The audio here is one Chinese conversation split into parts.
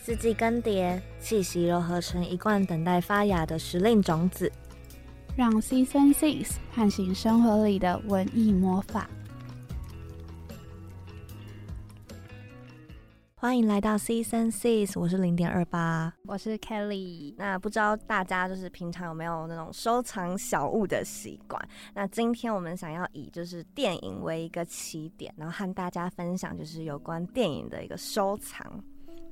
四季更迭，气息柔合成一罐等待发芽的时令种子，让 Season Six 唤醒生活里的文艺魔法。欢迎来到 Season Six，我是零点二八。我是 Kelly，那不知道大家就是平常有没有那种收藏小物的习惯？那今天我们想要以就是电影为一个起点，然后和大家分享就是有关电影的一个收藏。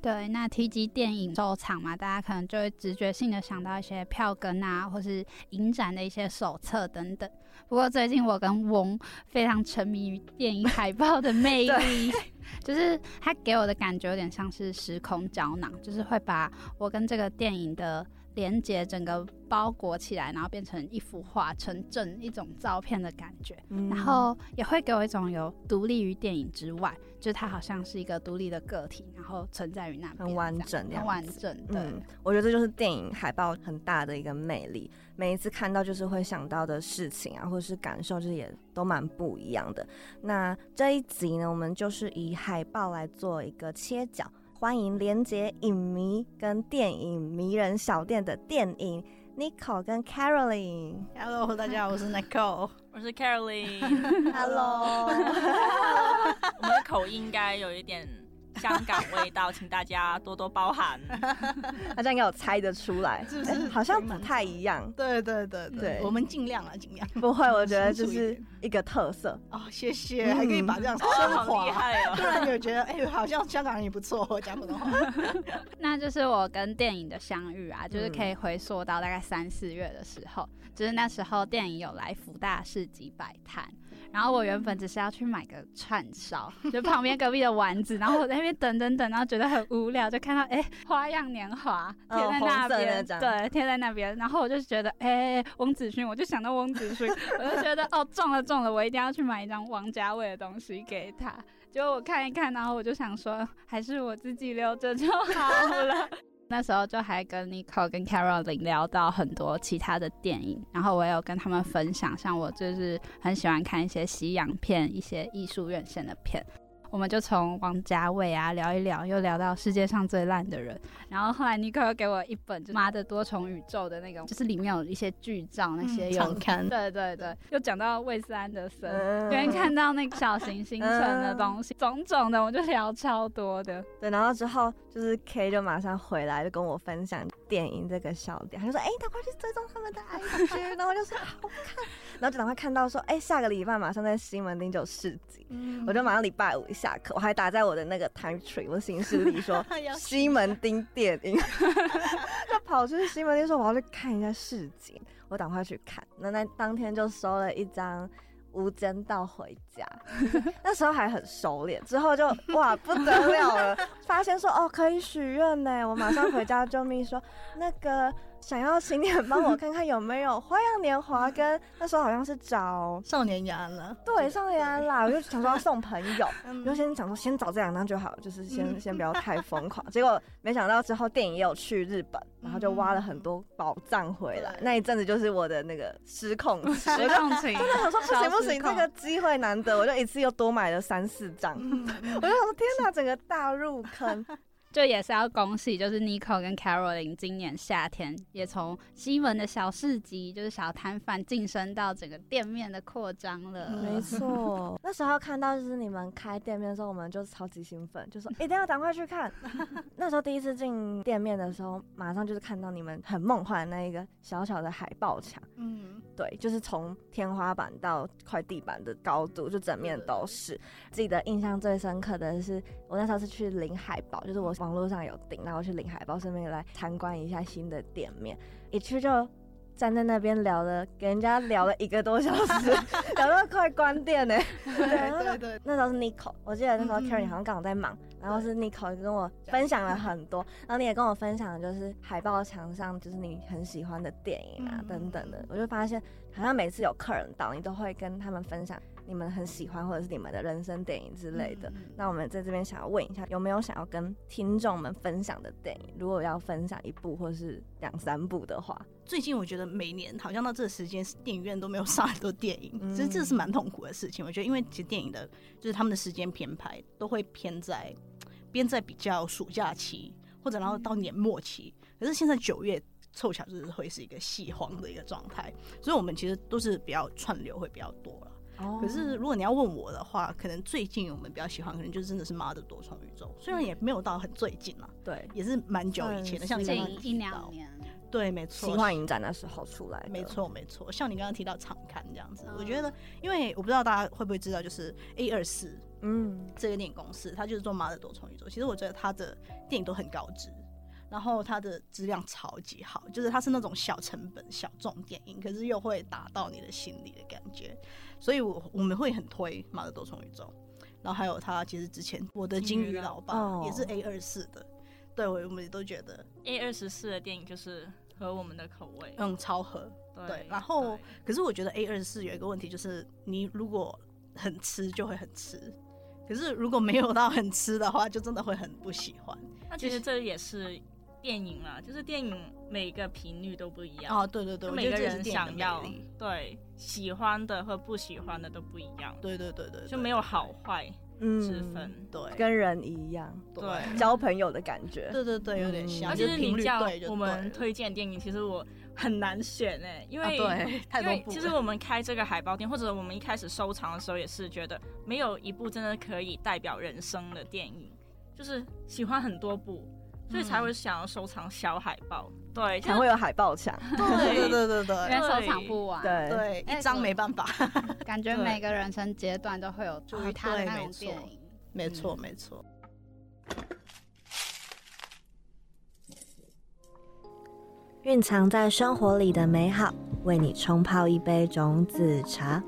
对，那提及电影收藏嘛，大家可能就会直觉性的想到一些票根啊，或是影展的一些手册等等。不过最近我跟翁非常沉迷于电影海报的魅 力，就是它给我的感觉有点像是时空胶囊，就是会把我跟这个电影的连接整个包裹起来，然后变成一幅画、成正一种照片的感觉。嗯然后也会给我一种有独立于电影之外，就是它好像是一个独立的个体，然后存在于那边，很完整这的样样很子完整对，嗯，我觉得这就是电影海报很大的一个魅力。每一次看到就是会想到的事情啊，或者是感受，就是也都蛮不一样的。那这一集呢，我们就是以海报来做一个切角，欢迎连接影迷跟电影迷人小店的电影 Nico 跟 Caroline。 Hello，大家好，我是 Nicole。我是 Caroline， Hello，我们的口音应该有一点香港味道，请大家多多 包涵。大家应该有猜得出来，是不是哎好像不太一样。 对对对对我们尽量啊，尽量。不会，我觉得就 清楚一是点一个特色。哦，谢谢，嗯还可以把这样升哦好厉华。害突哦！然有觉得，哎、好像香港人也不错，我讲普 通话。那就是我跟电影的相遇啊，就是可以嗯回溯到大概三四月的时候，就是那时候电影有来福大市集摆摊，然后我原本只是要去买个串烧，就旁边隔壁的丸子，然后我在那边等等等，然后觉得很无聊，就看到哎、花样年华哦贴在那红色那边，张对，贴在那边，然后我就觉得哎、翁子勋，我就想到翁子勋，我就觉得哦中了中了，我一定要去买一张王家卫的东西给他，结果我看一看，然后我就想说，还是我自己留着就好了。那时候就还跟 Nico 跟 Caroline 聊到很多其他的电影，然后我也有跟他们分享，像我就是很喜欢看一些西洋片、一些艺术院线的片。我们就从王家卫啊聊一聊，又聊到世界上最烂的人，然后后来 Nico 又给我一本就是《妈的多重宇宙》的那种，就是里面有一些剧照嗯那些有， 看对对对，又讲到魏斯安德森，嗯因为看到那个小行星城的东西，种种的，我就聊超多的。对，然后之后就是 K 就马上回来，就跟我分享电影这个笑点，他就说：“哎、他快去追踪他们的 IG。”然后我就说：“ 好看。”然后就赶快看到说：“哎、下个礼拜马上在西门町就有市集。嗯我就马上礼拜五一下课，我还打在我的那个 time tree，我的行事历说要西门町电影， 就跑去西门町说我要去看一下市集，我赶快去看。那那当天就收了一张。无间道回家， 那时候还很熟练，之后就哇不得了了，发现说哦可以许愿呢，我马上回家救命说那个想要请你们帮我看看有没有《花样年华》跟那时候好像是找少年雅了。 对上联安啦，我就想说要送朋友，嗯我就先想说先找这两张就好，就是先嗯先不要太疯 狂。结果没想到之后电影也有去日本，然后就挖了很多宝藏回来。对那一阵子就是我的那个失控 期， 我就控情，真的我说不行不行，超失这控个机会难得，我就一次又多买了三四 张。嗯我就想说天哪，整个大入坑，就也是要恭喜，就是 Nico 跟 Caroline 今年夏天也从西门的小市集，就是小摊贩晋升到整个店面的扩张了。 嗯没错。那时候看到就是你们开店面的时候，我们就超级兴奋，就说一定要赶快去 看。那时候第一次进店面的时候，马上就是看到你们很梦幻的那一个小小的海报墙。嗯，对，就是从天花板到快地板的高度，就整面都是。自己的印象最深刻的是，我那时候是去领海报，就是我网络上有订，然后去领海报，顺便来参观一下新的店面。一去就站在那边聊了，给人家聊了一个多小时， 聊到快关店呢、 对对对那时候是 Nico，我记得那时候嗯嗯 Karen 好像刚好在忙，然后是 Nico 跟我分享了很多，然后你也跟我分享的就是海报墙上就是你很喜欢的电影啊嗯嗯等等的，我就发现好像每次有客人到，你都会跟他们分享你们很喜欢或者是你们的人生电影之类的。嗯那我们在这边想要问一下，有没有想要跟听众们分享的电影？如果要分享一部或是两三部的话，最近我觉得每年好像到这个时间，电影院都没有上很多电影，嗯其实这是蛮痛苦的事情。我觉得，因为其实电影的，就是他们的时间编排都会偏在编在比较暑假期。或者然后到年末期。可是现在九月凑巧就是会是一个戏荒的一个状态，所以我们其实都是比较串流会比较多了。哦可是如果你要问我的话，可能最近我们比较喜欢，可能就真的是《妈的多重宇宙》，虽然也没有到很最近啦，对也是蛮久以前的，像你刚刚嗯近一提到两，年，对，没奇错，幻影展那时候出来的，没错没错，像你刚刚提到常看这样子，我嗯觉得，因为我不知道大家会不会知道，就是 A 二四嗯，这个电影公司，它就是做《妈的多重宇宙》。其实我觉得它的电影都很高质，然后它的质量超级好，就是它是那种小成本、小众电影，可是又会打到你的心里的感觉。所以我我们会很推《妈的多重宇宙》，然后还有它其实之前《我的金鱼老爸》哦也是 A 二四的。对，我我们都觉得 A 二十四的电影就是合我们的口味。嗯超合，对对，然后对可是我觉得 A 二四有一个问题，就是你如果很吃就会很吃，可是如果没有到很吃的话，就真的会很不喜欢。那其实这也是电影啦，就是电影每个频率都不一样，哦，对对对，就我每觉个得这也是人电影想的要魅力。对喜欢的和不喜欢的都不一样，对对对对，对就没有好坏之嗯，分。对跟人一样对交朋友的感觉，对对对，有点嗯像，而就且是是频你率叫对就我对们了推荐电影，其实我很难选哎、因啊为、对太因多为部了，其实我们开这个海报店，或者我们一开始收藏的时候，也是觉得没有一部真的可以代表人生的电影，就是喜欢很多部，所以嗯才会想要收藏小海报。对，就才会有海报墙，对对对对因对为收藏不完，对对，哎一张我没办法，感觉对每个人生阶段都会有属于他的那种啊对没电错影。没嗯错没错。蕴藏在生活里的美好，为你冲泡一杯种子茶。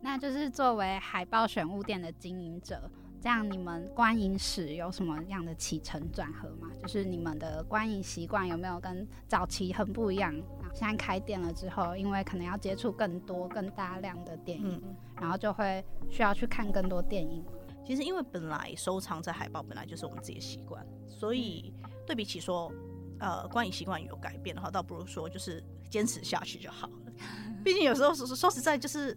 那就是作为海报选物店的经营者，这样你们观影史有什么样的起承转合吗？就是你们的观影习惯有没有跟早期很不一样？啊现在开店了之后，因为可能要接触更多、更大量的电影，嗯，然后就会需要去看更多电影。其实因为本来收藏在海报本来就是我们自己的习惯，所以嗯对比起说，呃，观影习惯有改变的话，倒不如说就是坚持下去就好了。 毕竟有时候说说实在就是，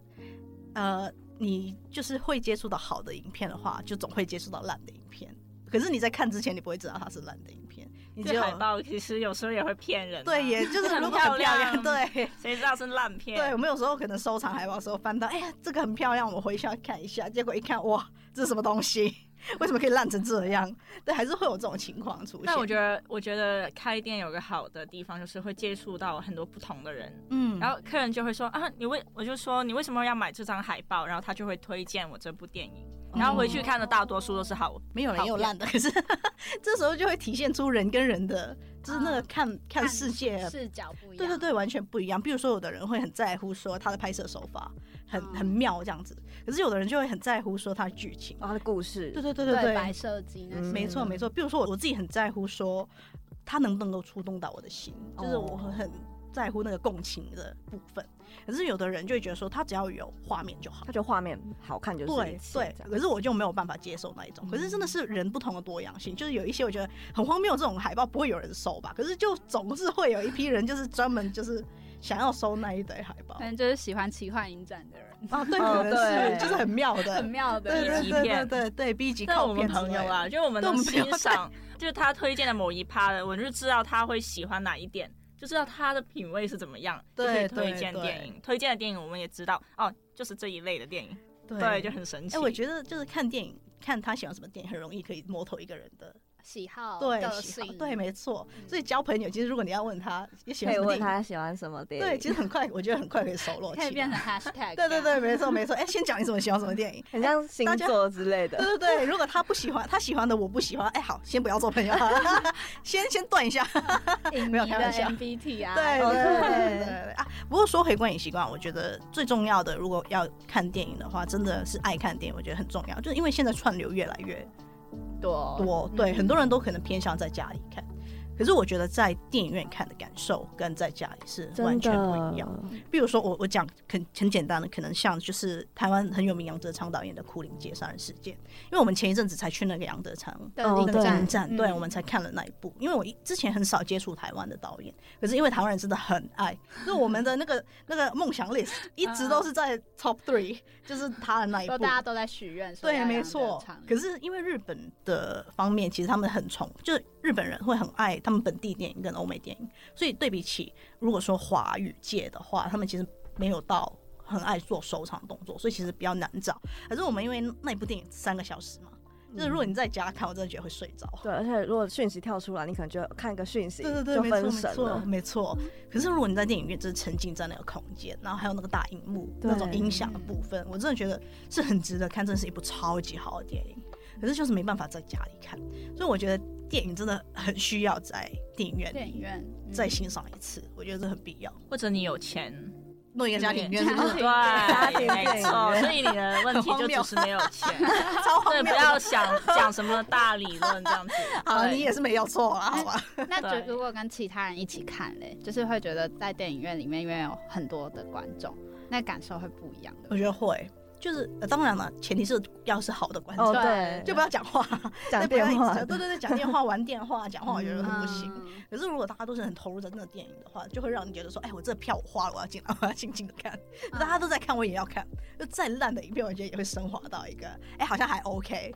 呃，你就是会接触到好的影片的话，就总会接触到烂的影片。可是你在看之前，你不会知道它是烂的影片，你只这有海报其实有时候也会骗人、啊，对，也就是很如果漂很漂亮，亮对。谁知道是烂片？对，我们有时候可能收藏海报的时候翻到，哎呀，这个很漂亮，我回去要看一下。结果一看，哇，这是什么东西？ 为什么可以烂成这样？对，还是会有这种情况出现。但我觉得，我觉得开店有个好的地方就是会接触到很多不同的人，嗯然后客人就会说啊，你为我就说你为什么要买这张海报，然后他就会推荐我这部电影，哦然后回去看的大多数都是好没有人也有烂的，可是 这时候就会体现出人跟人的，就是那个嗯看、看世界视角不一样，对对对，完全不一样。比如说，有的人会很在乎说他的拍摄手法很、很嗯妙这样子，可是有的人就会很在乎说他的剧情。哦，他的故事，对对对对对，白设计那些，嗯没错没错，比如说我我自己很在乎说，他能不能够触动到我的心，就是我哦很在乎那个共情的部分。可是有的人就会觉得说，他只要有画面就好他。觉得画面好看就是对一切对这，样可是我就没有办法接受那一种。可是真的是人不同的多样性，就是有一些我觉得很荒谬，这种海报不会有人收吧？可是就总是会有一批人，就是专门就是想要收那一堆海报可。能就是喜欢奇幻影展的人，啊，对，哦可能对是就是很妙很的，妙的对人。对级对对片对对，B 级但靠我们片之朋友类啊，的，就我们对我能们朋友 欣赏，就是他推荐的某一趴的，我就知道他会喜欢哪一点，就知道他的品味是怎么样，就可对以推对荐对电影。推荐的电影我们也知道，哦，就是这一类的电影，对，就很神哎、奇。我觉得就是看电影，看他喜欢什么电影，很容易可以摸透一个人的喜好、对个喜好性，对，没错。嗯所以交朋友，其实如果你要问他也喜可欢以什么问电影，他喜欢什么电影，对，其实很快，我觉得很快可以熟络起可来。以变成 hashtag。 对对对，，没错没错。哎、先讲你怎么喜欢什么电影。很像星大家座之类的对，对对，如果他不喜欢，他喜欢的我不喜欢，哎、好，先不要做朋友好了， 先先断一下。影迷没的有开玩笑 MBT 啊，对哦 对对对对对啊！不过说回观影习惯，我觉得最重要的，如果要看电影的话，真的是爱看电影，我觉得很重要。就是因为现在串流越来越多嗯多，对，很多人都可能偏向在家里看。可是我觉得在电影院看的感受跟在家里是完真全不的一样。比如说我我讲很很简单的，可能像就是台湾很有名杨德昌导演的《牯岭街杀人事件》，因为我们前一阵子才去那个杨德昌的哦那那个个对影展，对嗯我们才看了那一部。因为我一之前很少接触台湾的导演，可是因为台湾人真的很爱，就是我们的那个那个梦想 list 一直都是在 top three，就是他的那一说部大。家嗯都在许愿，说对，要没养得错长。可是因为日本的方面，其实他们很崇，就是日本人会很爱他们本地电影跟欧美电影，所以对比起如果说华语界的话，他们其实没有到很爱做收场动作，所以其实比较难找。可是我们因为那部电影三个小时嘛，就是嗯如果你在家看，我真的觉得会睡着。嗯对，而且如果讯息跳出来，你可能就看个讯息对对对，就没错没分神错了。没错。可是如果你在电影院，就是沉浸在那个空间，然后还有那个大荧幕对那种音响的部分，我真的觉得是很值得看，真的是一部超级好的电影。可是就是没办法在家里看，所以我觉得电影真的很需要在电影院电影里院嗯再欣赏一次，我觉得这很必要。或者你有钱，弄一个家庭 院是不是对，家庭电影没错，所以你的问题就只是没有钱， 超荒对，谬不要想讲什么大理论这样子。 好，对你也是没有错啊啦，好吧？嗯那对就如果跟其他人一起看嘞，就是会觉得在电影院里面，因为有很多的观众，那感受会不一样的 我。觉得会，就是、呃当然了，前提是要是好的观众，哦，对，就不要讲话，讲那 不要电一直话，对对对，讲电话、玩电话、讲话，我觉得很不行。嗯可是如果大家都是很投入在那个电影的话，就会让你觉得说，哎，我这票我花了，我要进来，我要静静的看。大家都在看，我也要看。就再烂的影片，我觉得也会升华到一个，哎，好像还 OK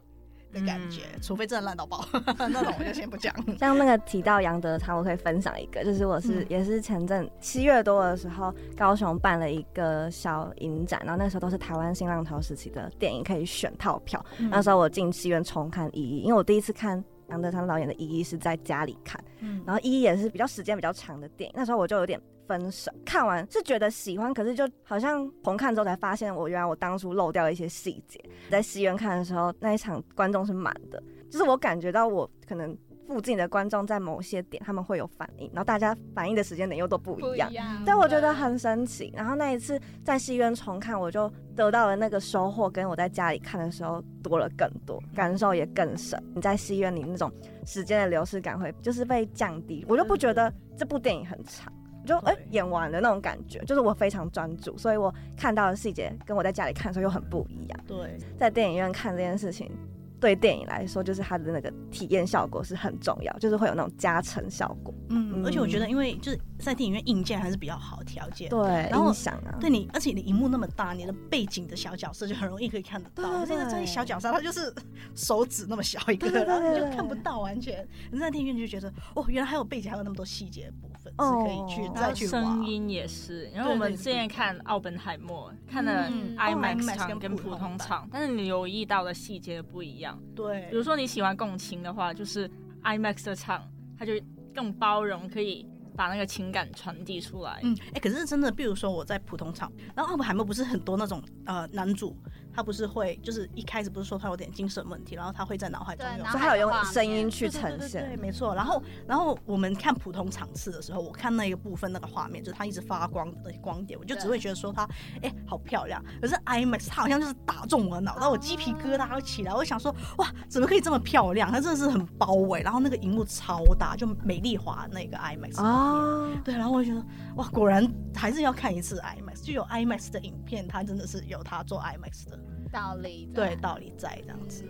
的感觉，嗯除非真的烂到爆，那种我就先不讲。像那个提到杨德昌，我可以分享一个，就是我是、嗯也是前阵七月多的时候，高雄办了一个小影展，然后那时候都是台湾新浪潮时期的电影可以选套票，那时候我进戏院重看《一一》，因为我第一次看杨德昌导演的《一一》是在家里看，嗯然后《一一》也是比较时间比较长的电影，那时候我就有点分神，看完是觉得喜欢，可是就好像重看之后才发现，我原来我当初漏掉一些细节。在戏院看的时候，那一场观众是满的，就是我感觉到我可能。附近的观众在某些点他们会有反应，然后大家反应的时间点又都不嗯不一一样，嗯样。但我觉得对很神奇。然后那一次在戏院重看，我就得到了那个收获，跟我在家里看的时候多了更多，感受也更深。你在戏院里那种时间的流逝感会就是被降低，我就不觉得这部电影很长。我就哎、嗯对演完了那种感觉，就是我非常专注，所以我看到的细节跟我在家里看的时候又很不一样。对，在电影院看这件事情，对电影来说，就是它的那个体验效果是很重要，就是会有那种加成效果。嗯，而且我觉得，嗯因为就是在电影院硬件还是比较好调节。对，然后影响啊，对你，而且你荧幕那么大，你的背景的小角色就很容易可以看得到。对这个这些对小角色，他就是手指那么小一个，对对对然后你就对看不到完全。可是在电影院就觉得，哦，原来还有背景，还有那么多细节的部分哦是可以去然后然再后去声挖。音也是，因为对我们对哦之前看《奥本海默》看了嗯 IMAX IMAX 场跟跟普普通通版场，但是你留意到的细节不一样。对，比如说你喜欢共情的话，就是 IMAX 的场，它就更包容，可以把那个情感传递出来。嗯，哎、可是真的，比如说我在普通场，然后奥本海默不是很多那种呃男主，他不是会就是一开始不是说他有点精神问题，然后他会在脑海中对有然所以它后有还有用画声面音去对对呈对现对，。没错。然后，然后我们看普通场次的时候，我看那个部分那个画面，就是它一直发光的那些光点，我就只对会觉得说它，哎、好漂亮。可是 IMAX 它好像就是打中我的脑袋，我鸡皮疙瘩都起来。我想说，哇，怎么可以这么漂亮？它真的是很包围，然后那个荧幕超大，就美丽华那个 IMAX 里面。哦，对，然后我就觉得哇，果然还是要看一次 IMAX，就有 IMAX 的影片，它真的是有它做 IMAX 的道理嗯对道理在这样子。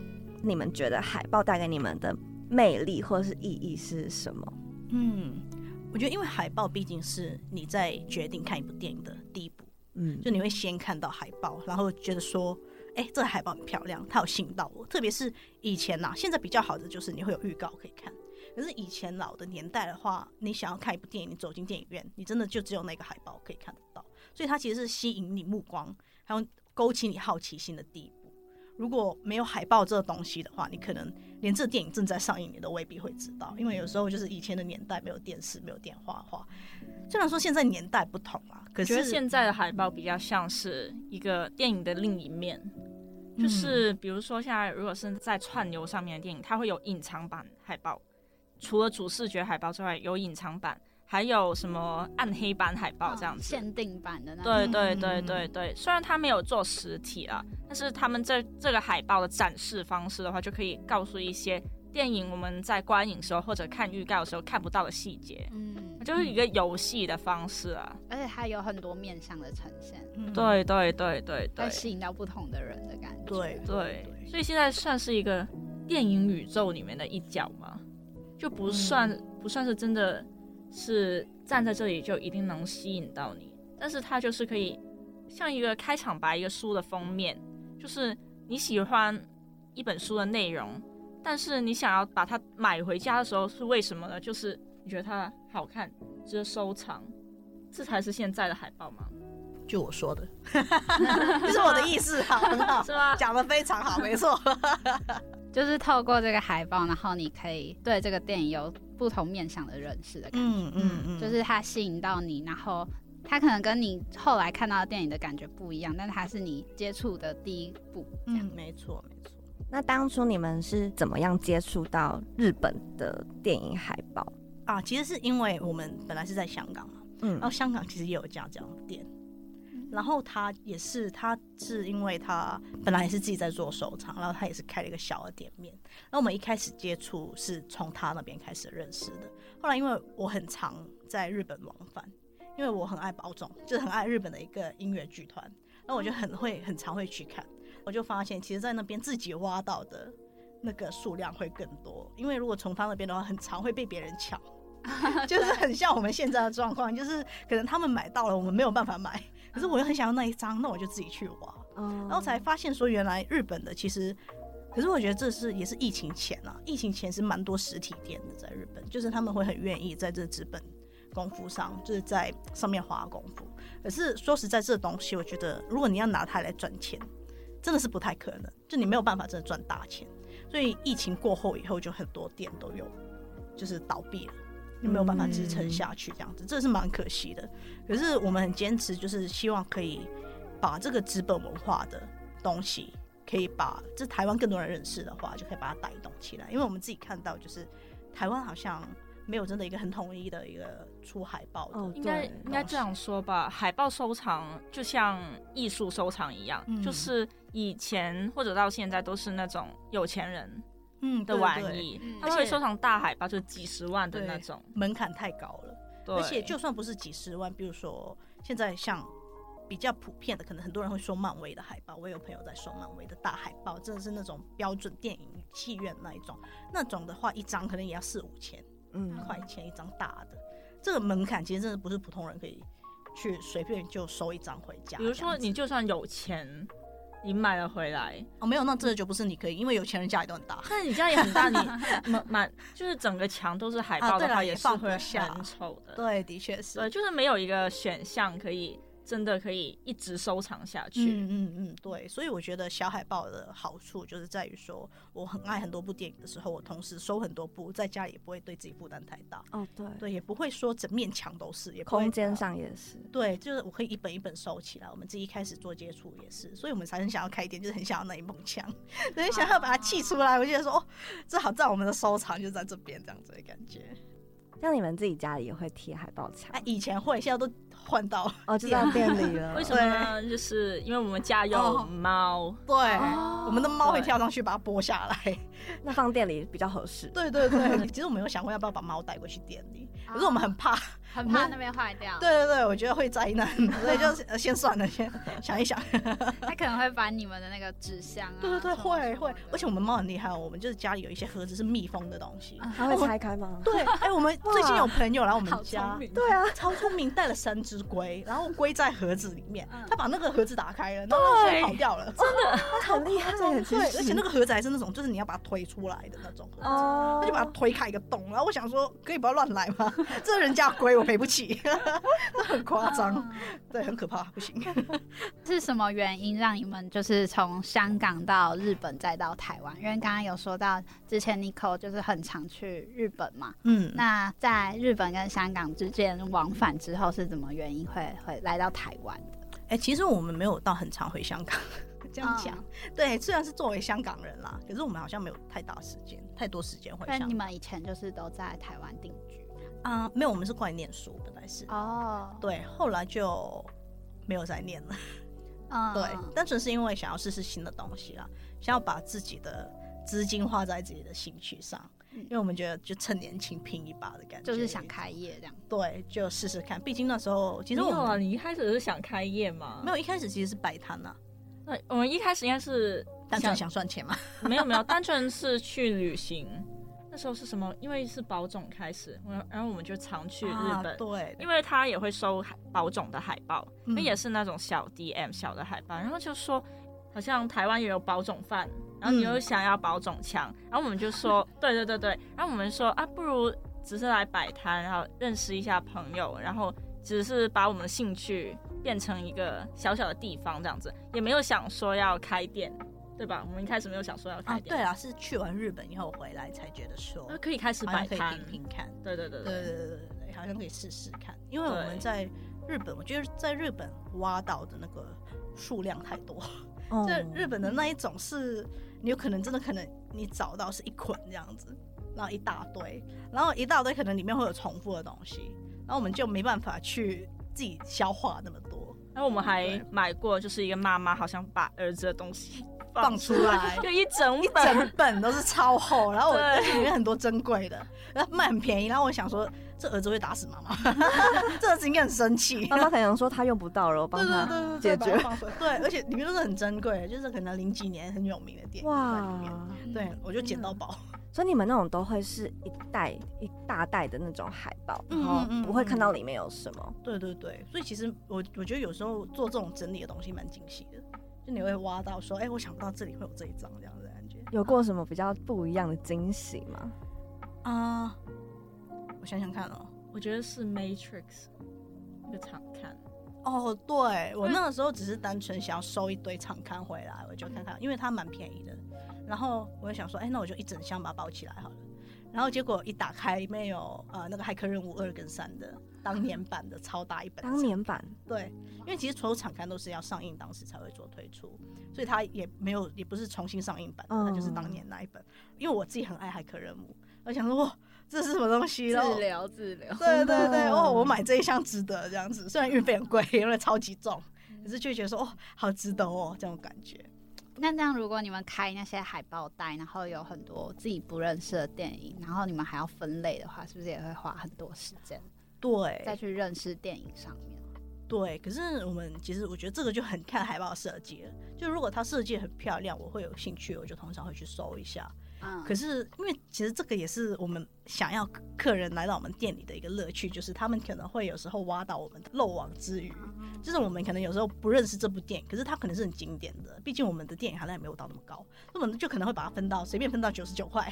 你们觉得海报带给你们的魅力或是意义是什么？嗯，我觉得因为海报毕竟是你在决定看一部电影的第一步，嗯，就你会先看到海报，然后觉得说，哎、这个海报很漂亮，它有吸引到我。特别是以前呐、现在比较好的就是你会有预告可以看。可是以前老的年代的话，你想要看一部电影，你走进电影院，你真的就只有那个海报可以看得到，所以它其实是吸引你目光，还有勾起你好奇心的第一步。如果没有海报这个东西的话，你可能连这电影正在上映你都未必会知道，因为有时候就是以前的年代没有电视、没有电话的话，虽然说现在年代不同啊，可我觉得是现在的海报比较像是一个电影的另一面，就是比如说现在如果是在串流上面的电影，它会有隐藏版海报，除了主视觉海报之外，有隐藏版，还有什么暗黑版海报哦这样嗯子。限定版的那种对嗯对对对对，虽然他没有做实体啊，但是他们这这个海报的展示方式的话，就可以告诉一些电影我们在观影时候或者看预告的时候看不到的细节，嗯，就是一个游戏的方式啊。而且它有很多面向的呈现，嗯对啊对对对会对吸引到不同的人的感觉。对对，所以现在算是一个电影宇宙里面的一角嘛，就不算、不算是真的是站在这里就一定能吸引到你，但是它就是可以像一个开场白一个书的封面，就是你喜欢一本书的内容，但是你想要把它买回家的时候是为什么呢？就是你觉得它好看，值得收藏，这才是现在的海报嘛，就我说的， 这是我的意思，好，很好，是吧？讲的非常好，没错。就是透过这个海报，然后你可以对这个电影有不同面向的认识的感觉。嗯嗯嗯，就是它吸引到你，然后它可能跟你后来看到的电影的感觉不一样，但它是你接触的第一步。这样嗯，没错没错。那当初你们是怎么样接触到日本的电影海报？啊，其实是因为我们本来是在香港嘛，嗯然后香港其实也有一家这样的店，然后他也是，他是因为他本来也是自己在做收藏，然后他也是开了一个小的店面。然后我们一开始接触是从他那边开始认识的，后来因为我很常在日本往返，因为我很爱宝冢，就是很爱日本的一个音乐剧团，然后我就很会很常会去看，我就发现其实，在那边自己挖到的。那个数量会更多，因为如果从他那边的话，很常会被别人抢。就是很像我们现在的状况，就是可能他们买到了，我们没有办法买，可是我又很想要那一张，那我就自己去挖，然然后才发现说原来日本的其实，可是我觉得这是也是疫情前啊，疫情前是蛮多实体店的在日本，就是他们会很愿意在这资本功夫上，就是在上面花功夫。可是说实在，这东西我觉得如果你要拿它来赚钱，真的是不太可能，就你没有办法真的赚大钱。所以疫情过后以后，就很多店都有就是倒闭了。就没有办法支撑下去，这样子，这是蛮可惜的。可是我们很坚持，就是希望可以把这个资本文化的东西，可以把这台湾更多人认识的话，就可以把它带动起来。因为我们自己看到，就是台湾好像没有真的一个很统一的一个出海报的，哦应该对应该这样说吧，海报收藏就像艺术收藏一样，嗯就是以前或者到现在都是那种有钱人嗯的玩，意，嗯他们会收藏大海报，就几十万的那种。门槛太高了，对，而且就算不是几十万，比如说现在像。比较普遍的，可能很多人会说漫威的海报，我也有朋友在收漫威的大海报，真的是那种标准电影戏院那一种，那种的话一张可能也要四五千，嗯块钱一张大的，这个门槛其实真的不是普通人可以去随便就收一张回家这样子。比如说你就算有钱，你买了回来，哦没有，那这个就不是你可以，因为有钱人家里都很大。但你家也很大， 你满满就是整个墙都是海啊报对的啦话，也是放会不下很丑的。对，的确是。嗯对，就是没有一个选项可以真的可以一直收藏下去。嗯嗯嗯，对，所以我觉得小海报的好处就是在于说，我很爱很多部电影的时候，我同时收很多部，在家里也不会对自己负担太大，哦对，对，也不会说整面墙都是，也不会空间上也是。对，就是我可以一本一本收起来。我们自己一开始做接触也是，所以我们才很想要开店，就是很想要那一梦墙，所以想要把它砌出来。我就觉得说，哦，这好在我们的收藏就在这边这样子的感觉。像你们自己家里也会贴海报墙啊，？以前会，现在都换到了哦，就到店里了。为什么呢？就是因为我们家有哦猫，对，哦我们的猫会对跳上去把它剥下来。那放店里比较合适？对对对， 啊其实我们有想过要不要把猫带过去店里，可是我们很怕。啊很怕那边坏掉，对，对对，我觉得会灾 难，所以就是呃先算了，先想一想。他可能会把你们的那个纸箱啊，对对对，什么会会什么，的而且我们猫很厉害哦，我们就是家里有一些盒子是密封的东西。它会拆开吗？ 对，哎、我们最近有朋友来我们好家聪，明，对啊，超聪明，带了三只龟，然后龟在盒子里面嗯，他把那个盒子打开了，然后那只龟跑掉了， 它很厉害耶，其对，而且那实。个盒子还是那种，就是你要把它推出来的那种盒子。哦他就把它推开一个洞，然后我想说，可以不要乱来 吗？这是人家的龟我赔不起， 这很夸哦张，对，很可怕，不行。是什么原因让你们就是从香港到日本再到台湾？因为刚刚有说到之前 Nico 就是很常去日本嘛， 嗯那在日本跟香港之间往返之后是怎么原因会会来到台湾的？哎、其实我们没有到很常回香港， 这样讲、嗯对，虽然是作为香港人啦，可是我们好像没有太大时间，太多时间回香但你港。们以前就是都在台湾定居啊、没有，我们是过来念书，本来是。哦，对，后来就没有再念了。嗯对，单纯是因为想要试试新的东西啦，想要把自己的资金花在自己的兴趣上，嗯因为我们觉得就趁年轻拼一把的感觉，就是想开业这样。对，就试试看。毕竟那时候其没实我有啊，们你一开始是想开业吗？没有一开始其实是摆摊呐，对，我们一开始应该是单纯想赚钱嘛。没有没 有，单纯是去旅行。那时候是什么？因为是保总开始，我然后我们就常去日啊本，对，因为他也会收海保种的海报，嗯那、也是那种小 DM 小的海报，然后就说好像台湾也有保种饭，嗯然后你又想要保种枪，然后我们 就说对对对对，然后我们说啊，不如只是来摆摊，然后认识一下朋友，然后只是把我们的兴趣变成一个小小的地方这样子，也没有想说要开店，对吧？我们一开始没有想说要啊，开店，对啦，是去完日本以后回来才觉得说那可以开始好像摆可以摊拼，拼看。对对对对对对，对对对，好像可以试试看，因为我对们在日本，我觉得在日本挖到的那个数量太多，哦 在日本的那一种是，你有可能真的可能你找到是一捆这样子，然后一大堆，然后一大堆可能里面会有重复的东西，然后我们就没办法去自己消化那么多，然后我们还对买过，就是一个妈妈好像把儿子的东西 放出来。就一整一本，整本都是超厚，然后我对而且里面很多珍贵的，然后卖很便宜，然后我想说这儿子会打死妈 妈，这儿子应该很生气。妈妈可能说她用不到了，我帮对对她对对，解对把它决。放出来对，而且里面都是很珍贵的，就是可能零几年很有名的店哇，在里哇！面。嗯对，我就捡到宝。 所以你们那种都会是一袋一大袋的那种海报，然嗯后嗯嗯不会看到嗯里面有什么。对对对，所以其实我我觉得有时候做这种整理的东西蛮惊喜的，就你会挖到说，哎、我想不到这里会有这一张这样的感觉有过什么比较不一样的惊喜吗？啊、我想想看哦，我觉得是 Matrix 那个常看，哦，对我那个时候只是单纯想要收一堆场刊回来，我就看看，因为它蛮便宜的。然后我就想说，哎、那我就一整箱把它包起来好了。然后结果一打开，里面有呃那个骇客任务二跟三的当年版的超大一本。当年版对，因为其实所有场刊都是要上映当时才会做推出，所以它也没有也不是重新上映版的，它就是当年那一本。因为我自己很爱骇客任务，我想说哇，这是什么东西？然后治疗治疗，对真的对对，哦，我买这一箱值得这样子，虽然运费很贵，因为超级重，嗯可是就觉得说哦，好值得哦，这种感觉。那这样，如果你们开那些海报袋，然后有很多自己不认识的电影，然后你们还要分类的话，是不是也会花很多时间再对去认识电影上面？对，可是我们其实我觉得这个就很看海报设计了。就如果它设计得很漂亮，我会有兴趣，我就通常会去搜一下。嗯，可是因为其实这个也是我们想要客人来到我们店里的一个乐趣，就是他们可能会有时候挖到我们的漏网之鱼。就是我们可能有时候不认识这部电影，可是它可能是很经典的，毕竟我们的电影含量也没有到那么高，那我们就可能会把它分到随便分到九十九块。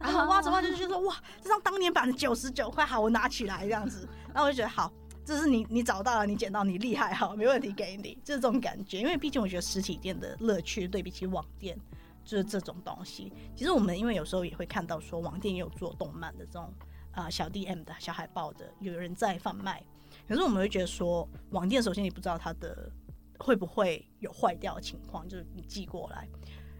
然后挖着挖着就觉得说哇，这张当年版的九十九块，好，我拿起来这样子。然后我就觉得好，这是你你找到了，你捡到，你厉害，好，没问题，给你，就是这种感觉。因为毕竟我觉得实体店的乐趣对比起网店，就是这种东西。其实我们因为有时候也会看到说网店也有做动漫的这种啊小 DM 的小海报的，有人在贩卖。可是我们会觉得说，网店首先你不知道它的会不会有坏掉的情况，就是你寄过来，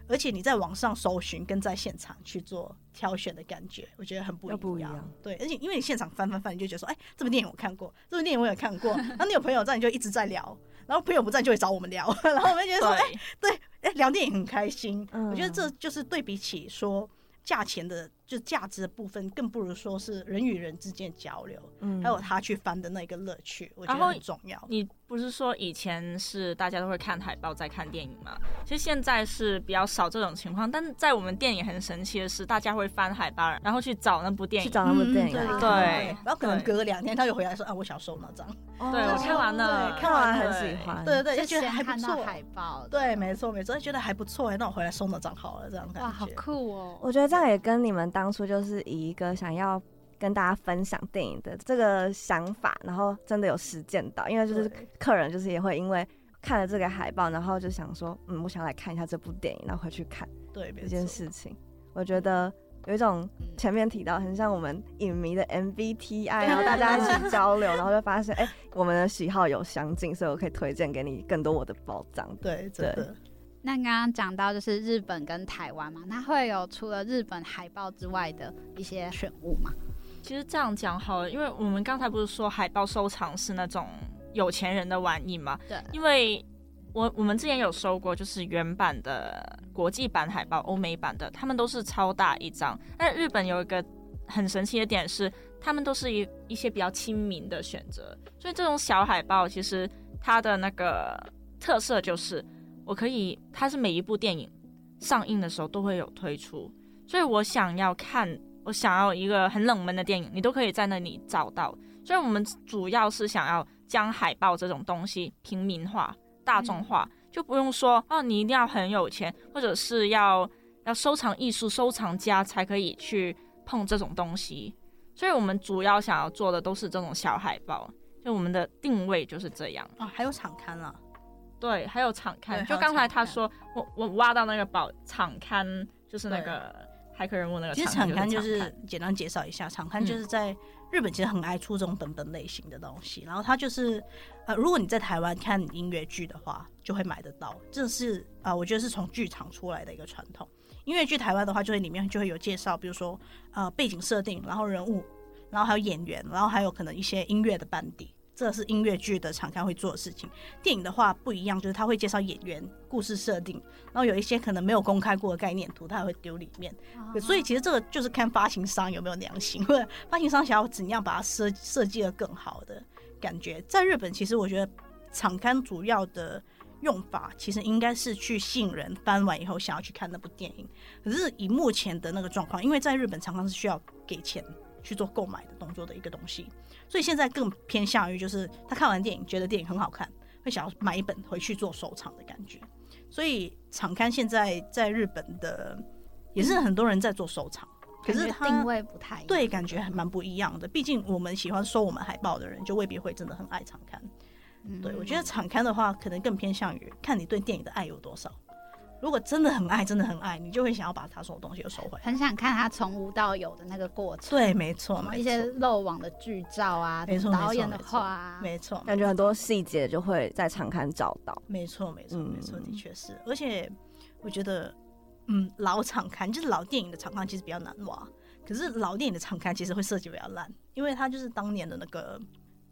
而且你在网上搜寻跟在现场去做挑选的感觉，我觉得很不又一样。不一样对，而且因为你现场翻翻翻，你就觉得说，哎、这部电影我看过，这部电影我也看过。然后你有朋友在，你就一直在聊。然后朋友不在，你就会找我们聊。 然后我们就觉得说，哎、对，哎、聊电影很开心。嗯我觉得这就是对比起说价钱的就价值的部分，更不如说是人与人之间的交流，嗯还有他去翻的那个乐趣，我觉然得后很重要。你不是说以前是大家都会看海报再看电影吗？其实现在是比较少这种情况，但是在我们店里很神奇的是，大家会翻海报，然后去找那部电去影。找那部电影啊来嗯对看，对然后可能隔个两天他又回来说啊，我小时候那张，哦对，我看完了，对看完很喜欢，对对对，就觉之得前还不看到错，海报，对，没错没错，就觉得还不错，欸那我回来收那张好了，这样感觉。哇，好酷哦！我觉得这样也跟你们当初就是以一个想要跟大家分享电影的这个想法，然后真的有实践到，因为就是对客人就是也会因为看了这个海报，然后就想说，嗯，我想来看一下这部电影，然后回去看对，没这件错。事情，我觉得。有一种嗯前面提到很像我们影迷的 MBTI，然后对大家一起交流，然后就发现哎、我们的喜好有相近，所以我可以推荐给你更多我的宝藏。对，真的。那刚刚讲到就是日本跟台湾嘛，那会有除了日本海报之外的一些选物嘛？其实这样讲好了，因为我们刚才不是说海报收藏是那种有钱人的玩意吗？对因为我我们之前有收过，就是原版的国际版海报、欧美版的，他们都是超大一张。但日本有一个很神奇的点是，他们都是一一些比较亲民的选择，所以这种小海报其实它的那个特色就是，我可以，它是每一部电影上映的时候都会有推出，所以我想要看，我想要一个很冷门的电影，你都可以在那里找到。所以我们主要是想要将海报这种东西平民化、大众化，就不用说哦，你一定要很有钱，或者是要要收藏艺术收藏家才可以去碰这种东西。所以我们主要想要做的都是这种小海报，就我们的定位就是这样。啊，还有场刊啦，对，还有场刊，对还就有刚才场他刊说我我挖到那个宝场刊，就是那个骇客人物那个其实场场刊就场是刊简单介绍一下，场刊就嗯是在日本其实很爱出这种本本类型的东西，然后它就是呃，如果你在台湾看音乐剧的话，就会买得到，这是啊、呃我觉得是从剧场出来的一个传统。音乐剧台湾的话，就会里面就会有介绍，比如说呃背景设定，然后人物，然后还有演员，然后还有可能一些音乐的班底，这是音乐剧的场刊会做的事情。电影的话不一样，就是它会介绍演员、故事设定，然后有一些可能没有公开过的概念图，它也会丢里面。对所以其实这个就是看发行商有没有良心，或者发行商想要怎样把它设设计的更好的感觉。在日本，其实我觉得场刊主要的用法其实应该是去吸引人翻完以后想要去看那部电影。可是以目前的那个状况，因为在日本常常是需要给钱去做购买的动作的一个东西，所以现在更偏向于就是他看完电影觉得电影很好看，会想要买一本回去做收藏的感觉。所以场刊现在在日本的也是很多人在做收藏，可是感觉它定位不太一样对，感觉还蛮不一样的。毕竟我们喜欢收我们海报的人，就未必会真的很爱场刊。嗯对我觉得场刊的话，可能更偏向于看你对电影的爱有多少。如果真的很爱，真的很爱，你就会想要把它所有东西都收回来。很想看他从无到有的那个过程，对，没错，什么哦没一些错漏网的剧照啊，没错导演没的错话啊，没错，感觉很多细节就会在场刊找到。没错，没错，没错，的嗯确是。而且我觉得，嗯，老场刊就是老电影的场刊，其实比较难挖。可是老电影的场刊其实会设计比较烂，因为它就是当年的那个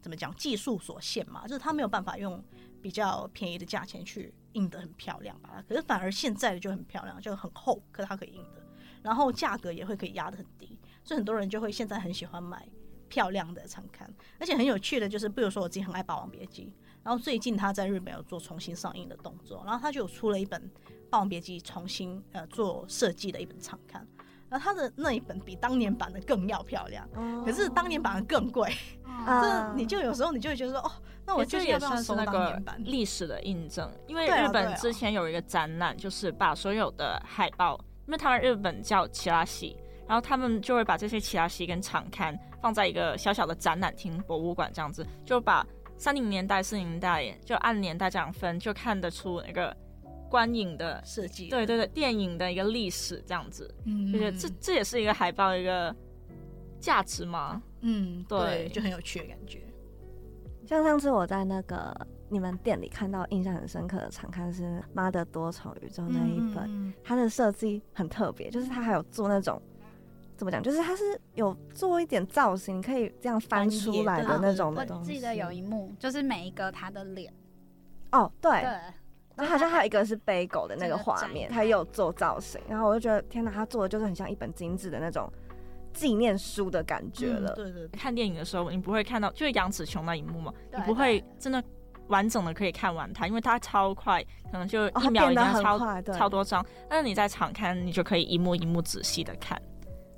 怎么讲技术所限嘛，就是它没有办法用比较便宜的价钱去印得很漂亮吧。可是反而现在的就很漂亮，就很厚，可是它可以印的，然后价格也会可以压得很低，所以很多人就会现在很喜欢买漂亮的场刊。而且很有趣的就是，比如说我自己很爱《霸王别姬》，然后最近他在日本有做重新上映的动作，然后他就有出了一本《霸王别姬》重新呃做设计的一本场刊，然后他的那一本比当年版的更要漂亮，哦可是当年版的更贵，啊，啊这你就有时候你就会觉得说，哦，那我这这也要不要算是收那当个年版？历史的印证，因为对啊日对本啊之前有一个展览，就是把所有的海报，因为他们日本叫奇拉西，然后他们就会把这些奇拉西跟场刊放在一个小小的展览厅、博物馆这样子，就把三零年代、四零年代就按年代这样分，就看得出那个观影的，设计对对对，电影的一个历史这样子，嗯就是这这也是一个海报的一个价值吗？嗯对，对就很有趣的感觉。像上次我在那个你们店里看到印象很深刻的场刊是《妈的多重宇宙》那一本，嗯，嗯嗯它的设计很特别，就是它还有做那种怎么讲，就是它是有做一点造型，你可以这样翻出来的那种我东西。记得有一幕就是每一个他的脸，哦，对，对，然后好像还有一个是背狗的那个画这个展面，开它也有做造型，然后我就觉得天哪，它做的就是很像一本精致的那种纪念书的感觉了。嗯对对对，看电影的时候，你不会看到就是杨紫琼那一幕嘛，对你不会真的完整的可以看完它，因为它超快，可能就哦，一它秒变一得张很超、快，对，超多张，但是你在场看，你就可以一幕一幕仔细的看。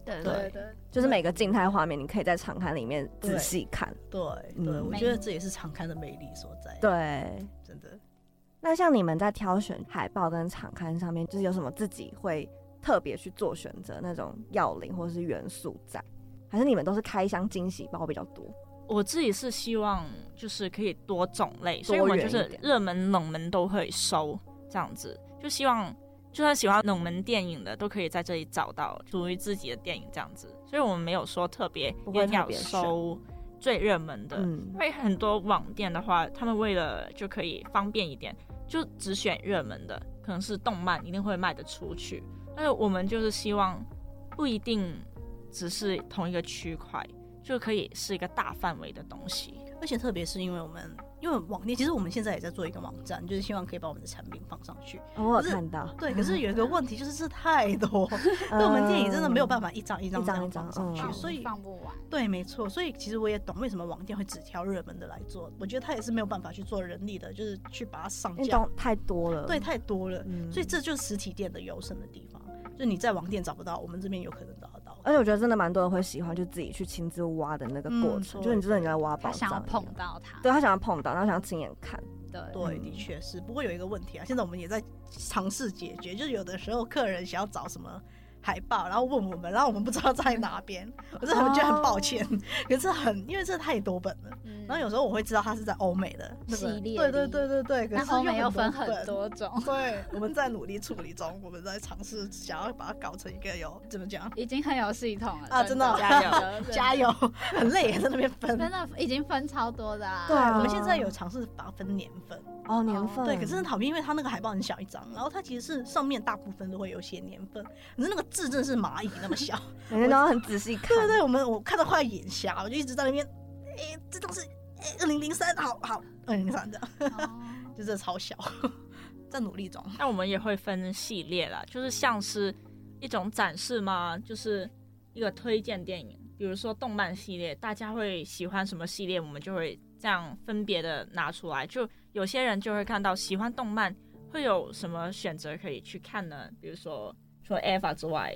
对对对对，就是每个静态画面，你可以在场刊里面仔细看。对嗯对，我觉得这也是常看的魅力所在。，对，真的。那像你们在挑选海报跟场刊上面，就是有什么自己会特别去做选择那种要领或是元素在，还是你们都是开箱惊喜包比较多？我自己是希望就是可以多种类，所以我多们元就一是点热门、冷门都会收，这样子就希望就算喜欢冷门电影的，都可以在这里找到属于自己的电影这样子。所以我们没有说特别不一会定要特别收最热门的，嗯因，为很多网店的话，他们为了就可以方便一点，就只选热门的，可能是动漫一定会卖得出去。但是我们就是希望不一定只是同一个区块，就可以是一个大范围的东西。而且特别是因为我们因为网店其实我们现在也在做一个网站，就是希望可以把我们的产品放上去。我有可是看到，对，可是有一个嗯问题就是这太 多，对 对我们电影真的没有办法一张一张嗯一这张样一张放上去，嗯所以放不完。对，没错，所以其实我也懂为什么网店会只挑热门的来做，我觉得他也是没有办法去做人力的，就是去把它上嗯因为架，东太多了，对，，太多了，嗯所以这就是实体店的优胜的地方，就你在网店找不到，我们这边有可能找得到。而且我觉得真的蛮多人会喜欢，就自己去亲自挖的那个过嗯程，对就是你真的你在挖宝他藏一想样，要碰到他，啊对他想要碰到，然后想要亲眼看，对对，的确是。不过有一个问题啊，现在我们也在尝试解决，就是有的时候客人想要找什么海报，然后问我们，然后我们不知道在哪边，我真的很觉得很哦抱歉。可是很，因为这太多本了。嗯然后有时候我会知道它是在欧美的那个系列对对里对对对。可那是欧美又又分很很本。多种，对，我们在努力处理中，我们在尝试想要把它搞成一个有怎么讲？已经很有系统了啊真的加油加油真的 加油，很累，在那边分。真的已经分超多的嗯啊。对啊我们现在有尝试把它分年份，哦，年份，对，可嗯是很讨厌，因为它那个海报很小一张，然后它其实是上面大部分都会有写年份，可是那个字真的是蚂蚁那么 小。每天都要很仔细看，对对对，我们我看到快要眼瞎，我就一直在那边，哎、这都是二零零三，好好二零零三的，哦就真的超小，在努力中。那我们也会分系列啦，就是像是一种展示嘛，就是一个推荐电影，比如说动漫系列，大家会喜欢什么系列，我们就会这样分别的拿出来。就有些人就会看到喜欢动漫会有什么选择可以去看呢？比如说除了 Eva 之外，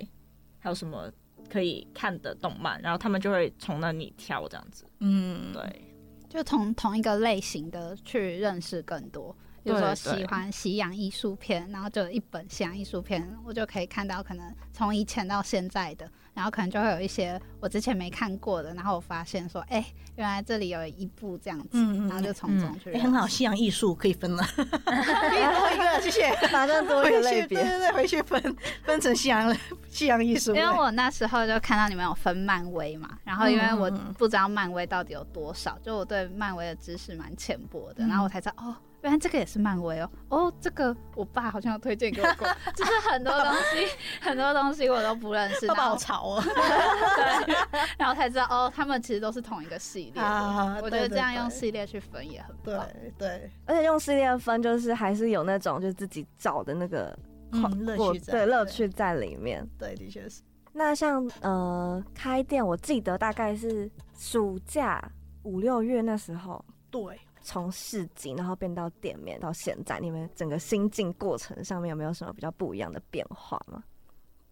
还有什么可以看的动漫，然后他们就会从那里挑这样子。嗯，对。 就同同一个类型的去认识更多。比如说对喜对欢西洋艺术片，然后就有一本西洋艺术片，我就可以看到可能从以前到现在的，然后可能就会有一些我之前没看过的，然后我发现说，哎、原来这里有一部这样子，嗯嗯嗯然后就从中去哎、认识、很好，西洋艺术可以分 了，可以多一个，谢谢。反正多回一个去类对别，对对，回去分分成西洋西洋艺术因类。为我那时候就看到你们有分漫威嘛，然后因为我嗯嗯嗯不知道漫威到底有多少，就我对漫威的知识蛮浅薄的，嗯然后我才知道哦，原来这个也是漫威哦，哦，这个我爸好像有推荐给 我过，就是很多东西， 很多东西我都不认识，爸然爸好后潮哦！ 对，然后才知道哦，他们其实都是同一个系列的。啊我觉得对对这样用对系列去分也很对棒。对，而且用系列分就是还是有那种就自己找的那个嗯快乐过趣在对乐对趣在里面。对，的确是。那像呃开店，我记得大概是暑假五六月那时候，对，从市集然后变到店面到现在，你们整个心境过程上面有没有什么比较不一样的变化吗？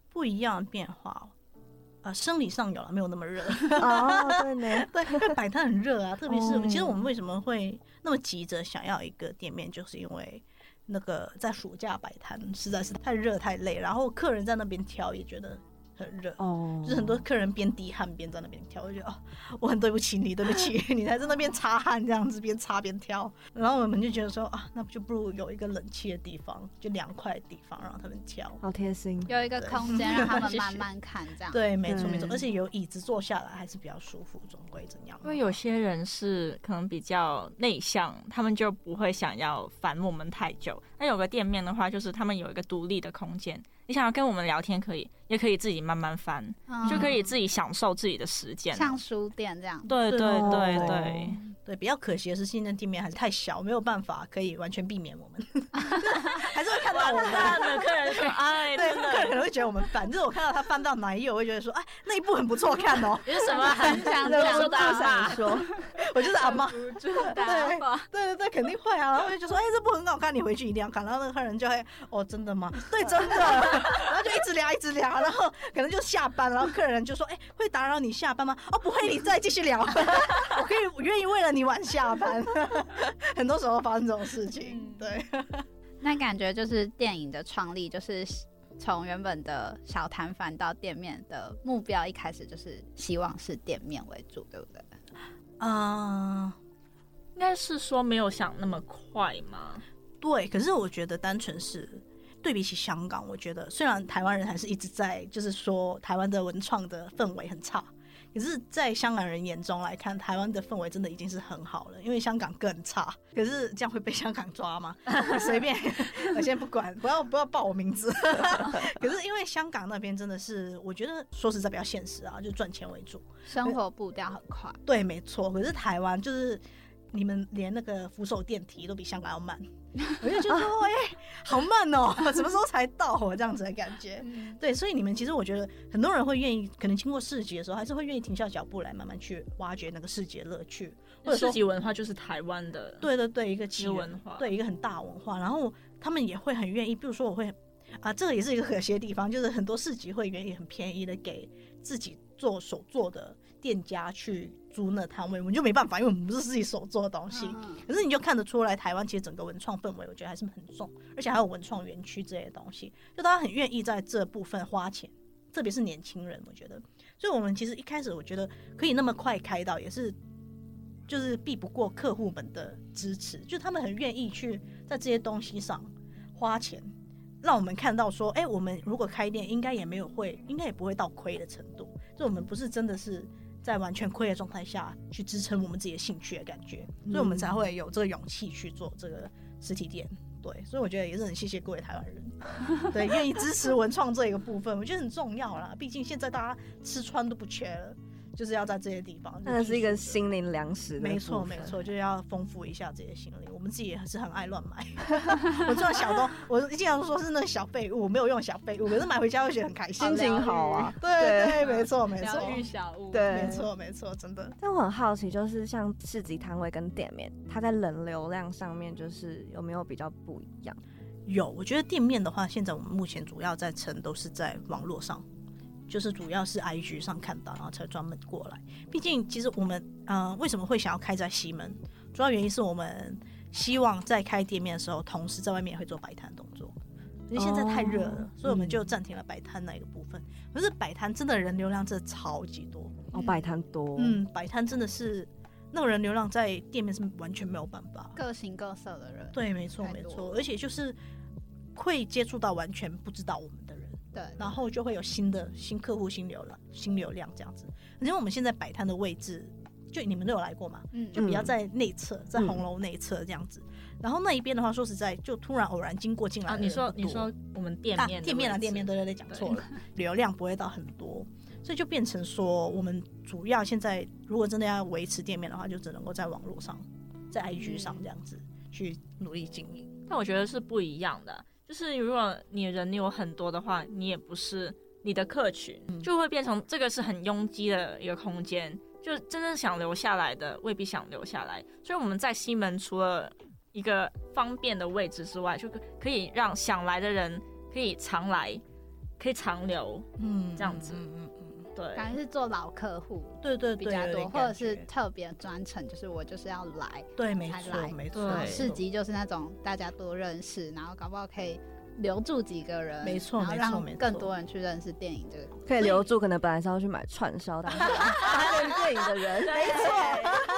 不一样的变化哦。呃，生理上有了，没有那么 热。哦，对呢，对，因为摆摊很热啊，特别是我们其实哦我们为什么会那么急着想要一个店面，就是因为那个在暑假摆摊实在是太热太累，然后客人在那边挑也觉得很热。哦，就是很多客人边滴汗边在那边挑，我就觉得哦，我很对不起你，对不起，你还在那边擦汗这样子，边擦边挑。然后我们就觉得说啊，那不就不如有一个冷气的地方，就凉快的地方让他们挑。好贴心，有一个对空间让他们 谢谢慢慢看，这样。对，没错对没错，而且有椅子坐下来还是比较舒服，总归怎样。因为有些人是可能比较内向，他们就不会想要烦我们太久。那有个店面的话，就是他们有一个独立的空间，你想要跟我们聊天可以，也可以自己慢慢翻，嗯就可以自己享受自己的时间。像书店这样。对对哦对 对，对，比较可惜的是，现在店面还是太小，没有办法可以完全避免我们， 还是会看到我们。那了，客人说：“ 哎，对，真客的人会觉得我们烦。就是我看到他翻到哪一页，我会觉得说，哎，那一部很不错看哦。有什么很想忍讲不到住大吧骂？啊说我就是阿妈，对不住打发。对对，肯定会啊。然后我就觉得说，哎，这部很好看，你回去一定要看。然后那个客人就会，哦，真 的吗？对，真的。然后就一直聊，一直聊，然后可能就下班，然后客人就说，哎，会打扰你下班吗？哦，不会，你再继续聊。 我可以，我愿意为了你晚下班。 很多时候发生这种事情嗯，对。那感觉就是电影的创立，就是从原本的小摊贩到店面的目标，一开始就是希望是店面为主，对不对？嗯，应该是说没有想那么快嘛。对。可是我觉得单纯是对比起香港，我觉得虽然台湾人还是一直在就是说台湾的文创的氛围很差，可是，在香港人眼中来看，台湾的氛围真的已经是很好了，因为香港更差。可是这样会被香港抓吗？随便， 我先不管，不要不要报我名字。 可是因为香港那边真的是，我觉得说实在比较现实啊，就赚钱为主。生活步调很快，对，没错。可是台湾就是你们连那个扶手电梯都比香港要慢，我就觉得 说，哎、好慢哦，什么时候才到啊？这样子的感觉。嗯对，所以你们其实我觉得很多人会愿意，可能经过市集的时候，还是会愿意停下脚步来慢慢去挖掘那个市集的乐趣，或者说市集文化就是台湾的对对对，一个一起个源文化，对一个很大文化，然后他们也会很愿意，比如说我会啊，这个也是一个可惜的地方，就是很多市集会愿意很便宜的给自己做手做的店家去租那摊位，我们就没办法，因为我们不是自己手做的东西。嗯可是你就看得出来，台湾其实整个文创氛围，我觉得还是很重，而且还有文创园区之类的东西，就大家很愿意在这部分花钱，特别是年轻人，我觉得。所以我们其实一开始我觉得可以那么快开到，也是就是避不过客户们的支持，就他们很愿意去在这些东西上花钱，让我们看到说，哎、我们如果开店，应该也没有会，应该也不会到亏的程度，就我们不是真的是。在完全亏的状态下去支撑我们自己的兴趣的感觉，所以我们才会有这个勇气去做这个实体店。对，所以我觉得也是很谢谢各位台湾人，对，愿意支持文创这一个部分，我觉得很重要啦。毕竟现在大家吃穿都不缺了，就是要在这些地方。那是一个新。心灵粮食的没部错，分没错，就是要丰富一下自己的心灵。我们自己也是很爱乱 买，我这种小东，我经常说是那个小废物，没有用小废物，可是买回家会觉得很开心，心情好啊。对对对，没错没错疗，愈小屋，对没错没错，真的。但我很好奇，就是像市集摊位跟店面，它在人流量上面，就是有没有比较不一样？有，我觉得店面的话，现在我们目前主要在撑都是在网络上，就是主要是 IG 上看到，然后才专门过来。毕竟，其实我们呃为什么会想要开在西门，主要原因是我们希望在开店面的时候，同时在外面也会做摆摊动作。因为现在太热了，哦所以我们就暂停了摆摊那一个部分。可是摆摊真的人流量真的超级多，哦，摆摊多，嗯，摆摊真的是那个人流量在店面是完全没有办法。各形各色的人，对，没错太没多错，了而且就是会接触到完全不知道我们的人，对，然后就会有新的新客户、新流量、新流量这样子。因为我们现在摆摊的位置，就你们都有来过嘛，嗯就比较嗯在内侧，在嗯红楼内侧这样子。然后那一边的话，说实在，就突然偶然经过进来啊，的人你说不你多说我们店啊，面的店面啊，位置店面，对对对，讲对错了，流量不会到很多，所以就变成说，我们主要现在如果真的要维持店面的话，就只能够在网络上，在 IG 上嗯这样子、去努力经营。但我觉得是不一样的。就是如果你人有很多的话，你也不是你的客群，就会变成这个是很拥挤的一个空间，就真正想留下来的未必想留下来。所以我们在西门除了一个方便的位置之外，就可可以让想来的人可以常来，可以常留。嗯这样子嗯嗯嗯嗯，对，感觉是做老客户对对比对，较有多，点或者感是觉特别专程，就是我就是要来。对，没才错来没错，对市集就是那种大家多认识，然后搞不好可以留住几个人，没错然后没错没让错更多人去认识电影这个。可以留住可能本来是要去买串烧，但是拍成电影的人，没错，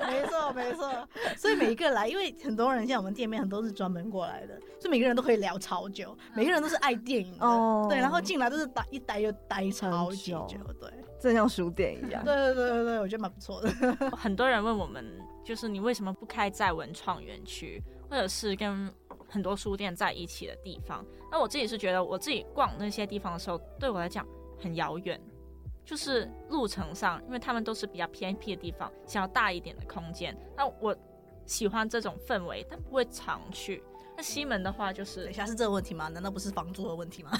没错没错。所以每一个来，因为很多人像我们店面很多是专门过来的，所以每个人都可以聊超久，嗯每个人都是爱电影的，哦对，然后进来都是待一待就待超级久久，对。真像书店一样。对对对对对，我觉得蛮不错的。 很多人问我们，就是你为什么不开在文创园区，或者是跟很多书店在一起的地方？那我自己是觉得，我自己逛那些地方的时候，对我来讲很遥远，就是路程上，因为他们都是比较偏僻的地方，想要大一点的空间。那我喜欢这种氛围，但不会常去。那西门的话就等是一下是这个问题吗？难道不是房租的问题吗？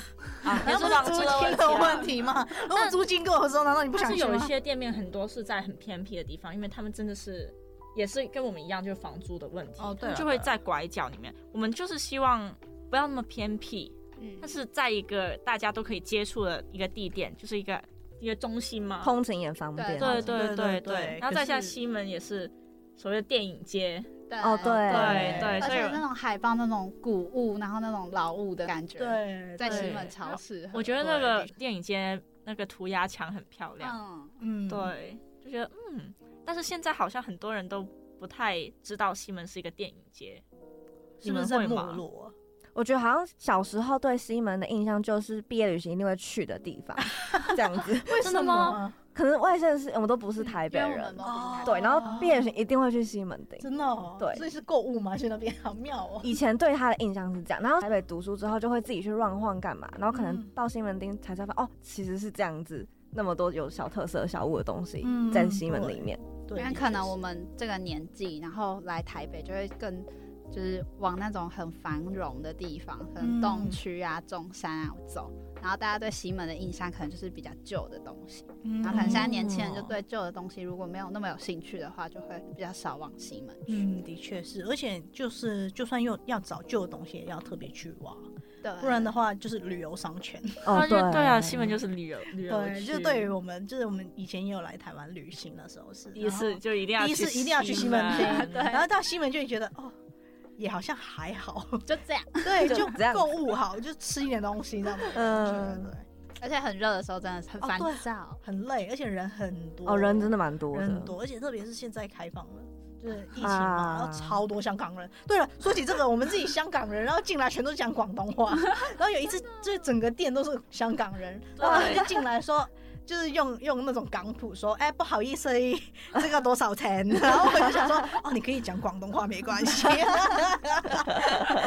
啊，也 难是道房不租是的租问金题的啊问题吗？如果租金够的时候，难道你不但想是去有一吗？些店面很多是在很偏僻的地方，因为他们真的是也是跟我们一样，就是房租的问题，哦对他们啊就对会啊在拐角里面。我们就是希望不要那么偏僻，嗯但是在一个大家都可以接触的一个地点，就是一个一个中心嘛。通勤也方便啊，对对对对对对对，然后再可下是西门也是所谓的电影街，对哦对对对，而所以且那种海报那种古物，然后那种老物的感觉，，对，在对西门超适合。我觉得那个对电影街那个涂鸦墙很漂亮，嗯，嗯，对，就觉得嗯，但是现在好像很多人都不太知道西门是一个电影街。是不是你在们会没吗落？啊我觉得好像小时候对西门的印象就是毕业旅行一定会去的地方，这样子。 为什么真的吗？可能外县市我们都不是台北因为我人们，都不是哦台北对，人然后毕业旅行一定会去西门町。真的哦，对所以是购物嘛，去那边好妙哦。以前对他的印象是这样，然后台北读书之后就会自己去乱晃干嘛，然后可能嗯到西门町才知道，哦，其实是这样子，那么多有小特色、小物的东西嗯在西门里面。对，因为可能我们这个年纪，然后来台北就会更就是往那种很繁荣的地方，可能东嗯区啊、中山啊走。然后大家对西门的印象可能就是比较旧的东西，嗯，然后可能现在年轻人就对旧的东西如果没有那么有兴趣的话，就会比较少往西门去。嗯，的确是，而且就是就算又要找旧的东西，也要特别去挖，对，不 然的话就是旅游商圈。哦，对对对啊，西门就是旅游旅游对，区，就是对于我们，就是我们以前也有来台湾旅行的时候是第一次，就一定要第一次一定要去西门 门啊然后然后到西门就会觉得哦，也好像还 好，就这样。对，就就这样子购物好，就吃一点东西那种感 嗯觉，对，而且很热的时候真的是很哦烦对躁。很累，而且人很多，哦，人真的蛮多人很的。多，而且特别是现在开放了。就是疫情嘛，啊然后超多香港人。对了，说起这个，我们自己香港人，然后进来全都讲广东话，然后有一次就是整个店都是香港人，然后一进来说。就是用用那种港普说，哎、不好意思，这个多少钱？ 然后我就想说，哦，你可以讲广东话没关系，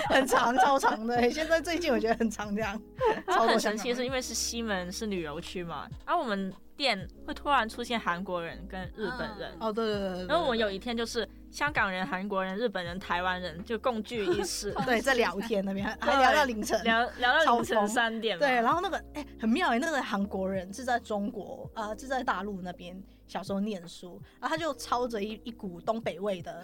很长超长的。现在最近我觉得很长这样，然超后多很香港神奇，是人。因为是西门是旅游区嘛，然后我们店会突然出现韩国人跟日本人。哦，对对对对对然后我们有一天就是香港人、韩国人、日本人、台湾人就共聚 一室，对在聊天那边，还聊到凌晨，聊聊到凌超晨疯三点嘛。对，然后那个哎、很妙哎、那个韩国人是在中国，呃，是在大陆那边小时候念书，然后他就操着一一股东北味 的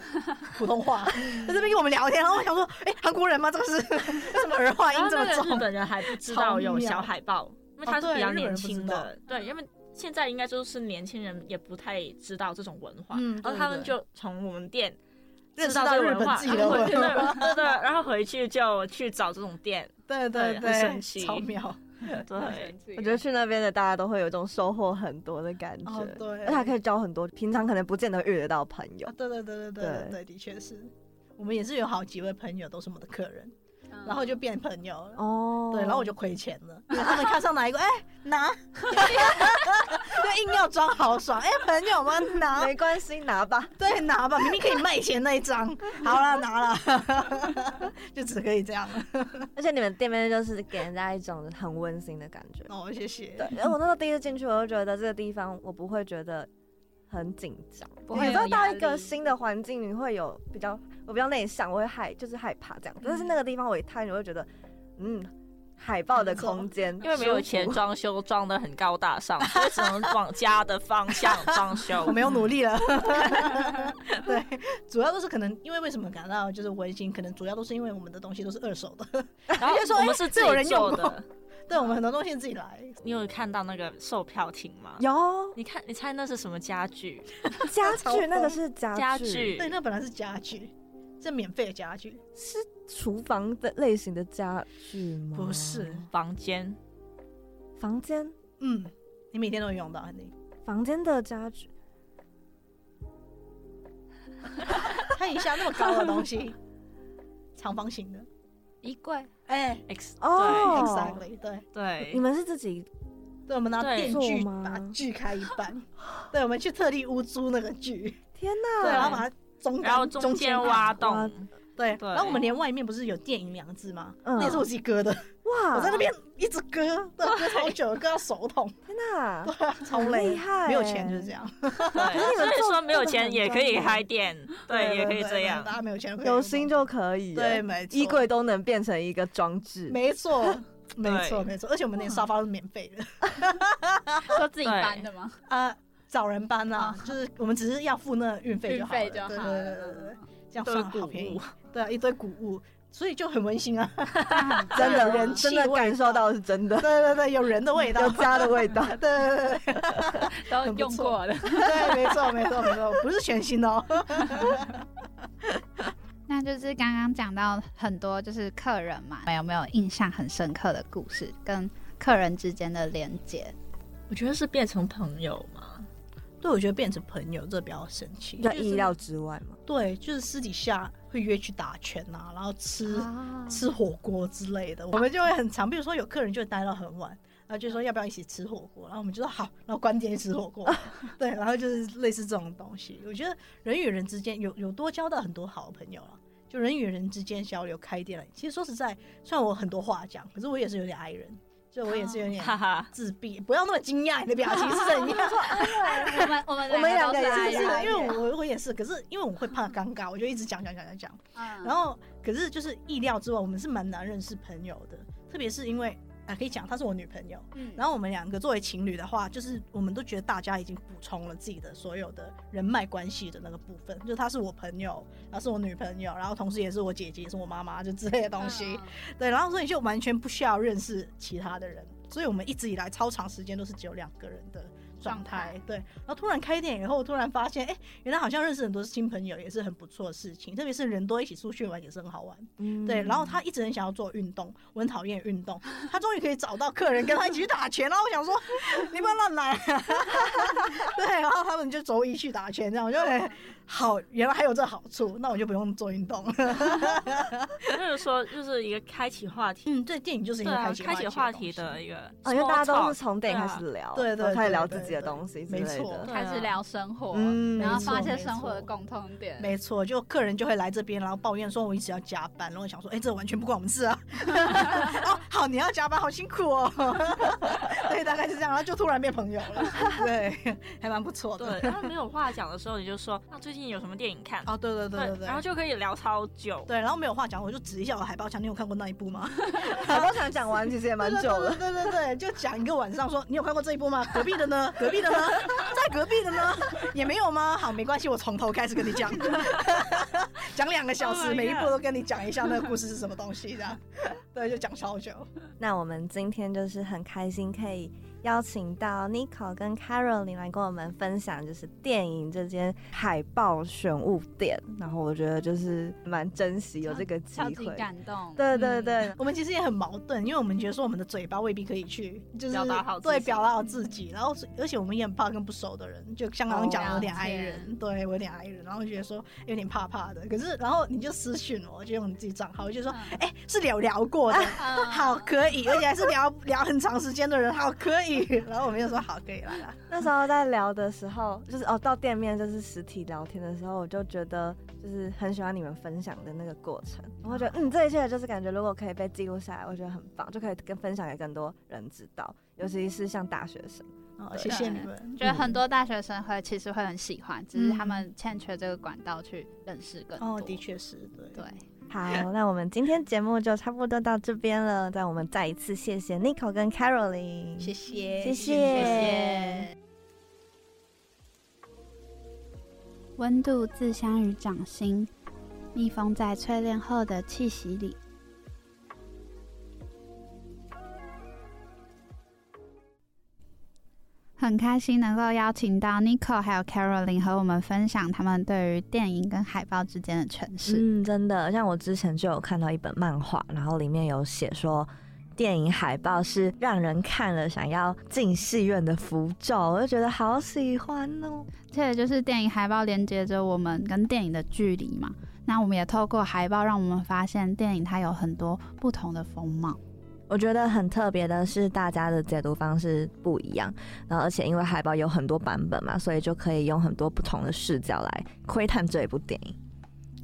普通话，在这边跟我们聊天，然后我想说，哎、韩国人吗？ 这个是为什么儿化音然后这么那个日重？本人还不知道有小海豹，因为他哦是对比较日本人年不知轻道嗯的，对，因为现在应该就是年轻人也不太知道这种文化，嗯然对后哦他对对们就从我们店认识知道到这个日文本化，自己然的文 后回去对化，对对，然后回去就去找这种店，对对对对，很神奇超妙对，我觉得去那边的大家都会有一种收获很多的感觉，哦，对，而且还可以交很多平常可能不见得遇得到朋友啊。对对对对对对对对，的确是我们也是有好几位朋友都是我们的客人，嗯然后就变朋友了。哦，对，然后我就亏钱了，因为他们看上哪一个，哎、拿， 就硬要装豪爽，哎、朋友们拿，没关系，拿吧。对，拿吧，明明可以卖钱那一张，好了，拿了， 就只可以这样了。 而且你们店面就是给人家一种很温馨的感觉。嗯哦，谢谢。对，然后我那时候第一次进去，我就觉得这个地方我不会觉得很紧张。不你会知有道到压一个力新的环境，你会有比较，我比较内向，我会害，就是害怕这样。但是那个地方我一踏进，我会觉得，嗯，海报的空间，嗯因为没有钱舒服。装修装的很高大上，所以只能往家的方向装修。我没有努力了， 对，主要都是可能因为为什么感到就是温馨，可能主要都是因为我们的东西都是二手的， 然后就说我哎们是这自有己人用过做的。对我们很多东西自己来，你有看到那个售票亭吗？有 你看，你猜那是什么家具？家嘲讽具，那个是家家具，具对，，那本来是家具，是免费的家具，是厨房的类型的家具吗？不是，房间，房间，嗯，你每天都会用到，肯定。房间的家具，看一下那么高的东 西，长方形的，衣柜，哎、 X 哦 e x a c t l y 对，对你对，们是自己对，我们拿对电做锯吗 把它锯开一半，对，我们去特地屋租那个锯，天对，哪！然后把它中然后间中中间间按，挖挖洞，对，对然后我们连外面不是有电影两字吗？嗯那也是我自己割的，哇，我在那边一直割，对，割超久，割到手痛，天哪， 对啊，超很累厉，害，没有钱就是这。样，对，你们所以做说没有做得钱很也可专以业开店，对，也可以这对样大。家没有钱都可以有用心就可以了，对没错 衣柜都能变成一个装置，没错。没错，对没错，而且我们嗯连沙发都是免费的，说自己对搬的吗？啊，找人搬啦，就是我们只是要付那运啊运费就好了，费就好对对了嗯对对对对，这样都算是了好谷便宜物，对啊，一堆谷物，所以就很温馨啊，嗯真的有人气真的感受到是真的 对，对对，有人的味道，有家的味道。对对对对都很不用错过了。 对，没错没错没错，不是全新的哦，那就是刚刚讲到很多就是客人嘛，有没有印象很深刻的故事跟客人之间的连接？我觉得是变成朋友嘛， 对，我觉得变成朋友这比较神奇，在就是意料之外嘛，对，就是私底下会约去打拳啊，然后吃吃火锅之类的，我们就会很常，比如说有客人就会待到很晚，然后就说要不要一起吃火锅，然后我们就说好，然后关店吃火锅， 对，然后就是类似这种东西。我觉得人与人之间有有多交到很多好朋友了，就人与人之间交流开店了。其实说实在，虽然我很多话讲，可是我也是有点 i 人。所以我也是有 点哈哈，自闭，不要那么惊讶，你的表情是怎样？ 我们我们我们两个都也是是阿是姨是，哎呀因为我 我也是，可是因为我会怕尴尬，我就一直讲讲讲讲讲，嗯然后可是就是意料之外，我们是蛮难认识朋友的，特别是因为啊，可以讲她是我女朋友，嗯然后我们两个作为情侣的话，就是我们都觉得大家已经补充了自己的所有的人脉关系的那个部分，就她是我朋友，然后是我女朋友，然后同时也是我姐姐，也是我妈妈，就之类的东嗯西。对，然后所以就完全不需要认识其他的人，所以我们一直以来超长时间都是只有两个人的状态。对，然后突然开店以后，突然发现，哎，原来好像认识很多新朋友也是很不错的事情，特别是人多一起出去玩也是很好玩。嗯对，然后他一直很想要做运动，我很讨厌运动，他终于可以找到客人跟他一起去打拳，然后我想说，你不要乱来、啊。 对，然后他们就周一去打拳，这样我就、哎好，原来还有这好处，那我就不用做运动了。嗯就是说就是一个开启话题，嗯，对，电影就是一对个啊，开启开启话东题西的一个 small talk，哦，对啊，啊因为大家都是从电影开始聊，对对然后开始对聊对自己的对东西之没类错的。开始聊生活，嗯然后没错发现没生活的错共通点，没错，就客人就会来这边，然后抱怨说我一直要加班，然后我想说，哎、这完全不关我们事啊。 哦，好，你要加班，好辛苦哦。 对，大概是这样，然后就突然变朋友了。对，还蛮不错的。对，他们没有话讲的时候，你就说那最近有什么电影看？哦，对对对对对。然后就可以聊超久。对，然后没有话讲，我就指一下我的海报墙，你有看过那一部吗？海报想讲完其实也蛮久了， 对对对对，对就讲一个晚上说，你有看过这一部吗？隔壁的呢？隔壁 的呢？在隔壁的呢？也没有吗？好，没关系，我从头开始跟你 讲，讲两个小 Oh my 时， God 每一步都跟你讲一下那个故事是什么东西，这样，对，就讲超久。那我们今天就是很开心，可以邀请到 Nico 跟 Caroline 来跟我们分享，就是电影这间海报选物店，然后我觉得就是蛮珍惜有这个机超级会。感动。嗯 对对对，我们其实也很矛盾，因为我们觉得说我们的嘴巴未必可以去，就是表达好自己对表达好自己，然后而且我们也很怕跟不熟的人，就像刚刚讲哦的有点了挨解人，对我有点挨人，然后觉得说有点怕怕的，可是然后你就私讯我，就用你自己账号，我就说嗯哎、是聊聊过的，嗯好可以，而且还是聊聊很长时间的人，好可以，然后我们就说好可以来了，那时候在聊的时候，就是哦，到店面就是实体聊天的时候，我就觉得就是很喜欢你们分享的那个过程，然后觉啊得嗯，这一切就是感觉如果可以被记录下来，我觉得很棒，就可以跟分享给更多人知道，尤其是像大学生。哦，谢谢你们，觉得很多大学生会其实会很喜欢，只是他们欠缺这个管道去认识更多。嗯哦，的确是对。对， 好，那我们今天节目就差不多到这边了。那我们再一次谢谢 Nico 跟 Caroline，谢谢，谢谢谢谢。温度自相于掌心，密封在淬炼后的气息里。很开心能够邀请到 Nico 还有 Caroline 和我们分享他们对于电影跟海报之间的诠释。嗯，真的，像我之前就有看到一本漫画，然后里面有写说，电影海报是让人看了想要进戏院的符咒，我就觉得好喜欢哦。这也就是电影海报连接着我们跟电影的距离嘛。那我们也透过海报，让我们发现电影它有很多不同的风貌。我觉得很特别的是，大家的解读方式不一样，然后而且因为海报有很多版本嘛，所以就可以用很多不同的视角来窥探这一部电影。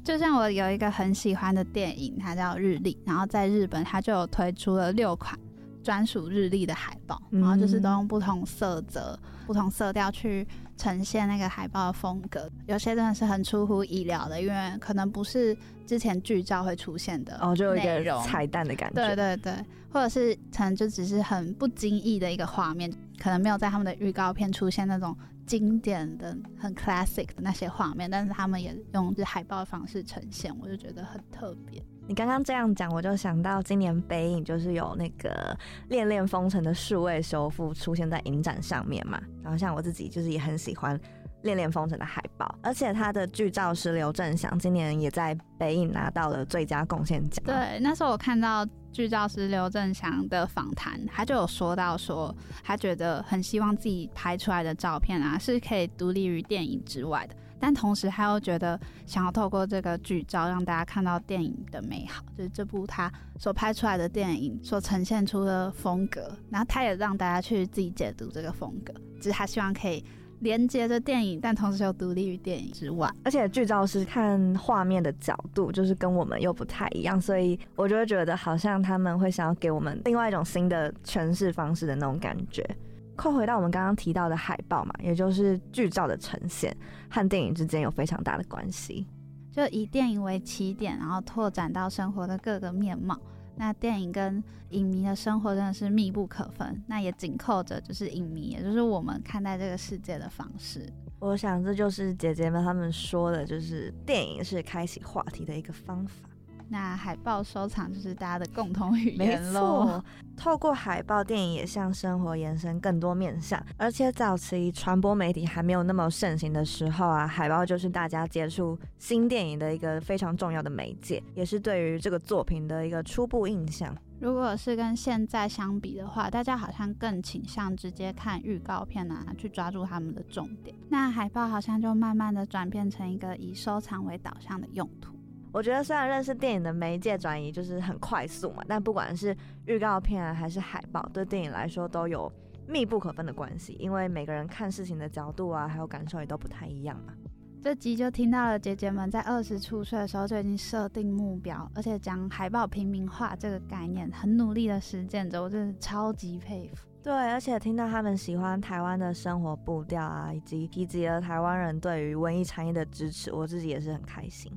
就像我有一个很喜欢的电影，它叫《日历》，然后在日本它就有推出了六款专属日历的海报，嗯然后就是都用不同色泽、不同色调去呈现那个海报的风格。有些真的是很出乎意料的，因为可能不是之前剧照会出现的内容，哦，就有一个彩蛋的感对觉。对对，或者是可能就只是很不经意的一个画面，可能没有在他们的预告片出现那种经典的、很 classic 的那些画面，但是他们也用这海报的方式呈现，我就觉得很特别。你刚刚这样讲，我就想到今年北影就是有那个《恋恋风尘》的数位修复出现在影展上面嘛，然后像我自己就是也很喜欢《恋恋风尘》的海报，而且他的剧照师刘正祥今年也在北影拿到了最佳贡献奖。，对，那时候我看到剧照师刘正祥的访谈，他就有说到说，他觉得很希望自己拍出来的照片啊，是可以独立于电影之外的。但同时，他又觉得想要透过这个剧照让大家看到电影的美好，就是这部他所拍出来的电影所呈现出的风格，然后他也让大家去自己解读这个风格，只是他希望可以连接着电影，但同时又独立于电影之外。而且剧照师看画面的角度就是跟我们又不太一样，所以我就会觉得好像他们会想要给我们另外一种新的诠释方式的那种感觉。扣回到我们刚刚提到的海报嘛，也就是剧照的呈现和电影之间有非常大的关系。就以电影为起点，然后拓展到生活的各个面貌。那电影跟影迷的生活真的是密不可分，那也紧扣着就是影迷，也就是我们看待这个世界的方式。我想这就是姐姐们她们说的，就是电影是开启话题的一个方法。那海报收藏就是大家的共同语没言喽错。，透过海报，电影也向生活延伸更多面向。而且早期传播媒体还没有那么盛行的时候啊，海报就是大家接触新电影的一个非常重要的媒介，也是对于这个作品的一个初步印象。如果是跟现在相比的话，大家好像更倾向直接看预告片啊，去抓住他们的重点。那海报好像就慢慢的转变成一个以收藏为导向的用途。我觉得虽然认识电影的媒介转移就是很快速嘛，但不管是预告片啊还是海报，对电影来说都有密不可分的关系，因为每个人看事情的角度啊，还有感受也都不太一样嘛。这集就听到了姐姐们在二十出岁的时候就已经设定目标，而且将海报平民化这个概念很努力的实践着，我真的超级佩服。对，而且听到他们喜欢台湾的生活步调啊，以及提及了台湾人对于文艺产业的支持，我自己也是很开心。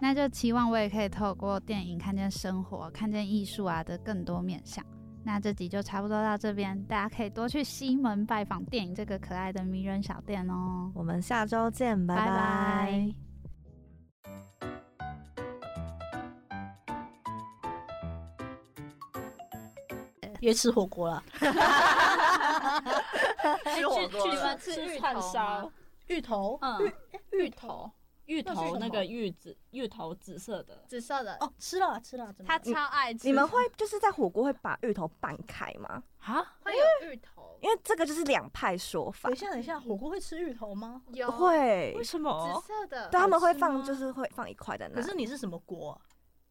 那就期望我也可以透过电影看见生活、看见艺术啊的更多面向。那这集就差不多到这边，大家可以多去西门拜访电影这个可爱的迷人小店哦。我们下周见，拜拜拜拜约吃火锅 啦，哎哎去火锅去了吃吃芋串头烧吗，芋头嗯，芋头，芋那是头什那么个芋子，芋头紫色的，紫色的，哦，吃了吃了，怎么他了超爱吃。你们会就是在火锅会把芋头拌开吗？啊，会有芋头？因为这个就是两派说法等一，下等一下，火锅会吃芋头吗？有会为，什紫么？哦色的，对他们会好放吃吗就是会放一块在那可，是你是什么锅啊？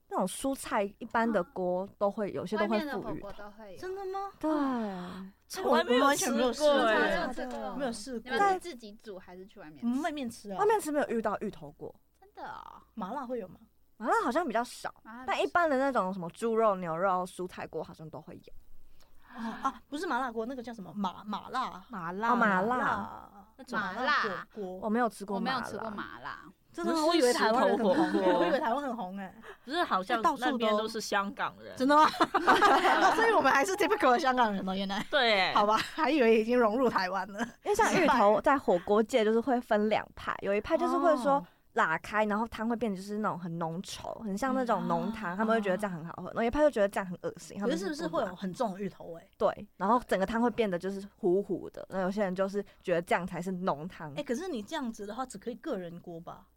那种蔬菜一般的锅都会有些外都会面的附火芋锅哦头，都会有。真的吗？对，这从来没有完全没有吃试过过我从哎来没欸，有吃过，没有试你过。们是自己煮还是去外面我嗯们吃？外面吃啊外，面是没有遇到芋头过，真的哦，麻辣会有吗？麻辣好像比较少，啊麻辣但一般的那种什么猪肉、牛肉、蔬菜锅好像都会有。哦啊，不是麻辣锅，那个叫什么麻麻辣麻辣哦麻辣那种麻火辣，我锅，没有吃过我麻没辣，有吃过麻辣，真的吗？不是我以为台湾人很红石头火欸，锅我以为台湾很红哎，不是好像到处那边都都是香港人， 真的 吗？所以我们还是 typical 的香港人哦，原来对，好吧，还以为已经融入台湾了。因为像芋头在火锅界就是会分两派，有一派就是会说哦拉开，然后汤会变得就是那种很浓稠，很像那种浓汤，他们会觉得这样很好喝；，然后有一派就觉得这样很恶心，他可们是是不是会有很重的芋头味？对？然后整个汤会变得就是糊糊的。那有些人就是觉得这样才是浓汤哎，，可是你这样子的话，只可以个人锅吧？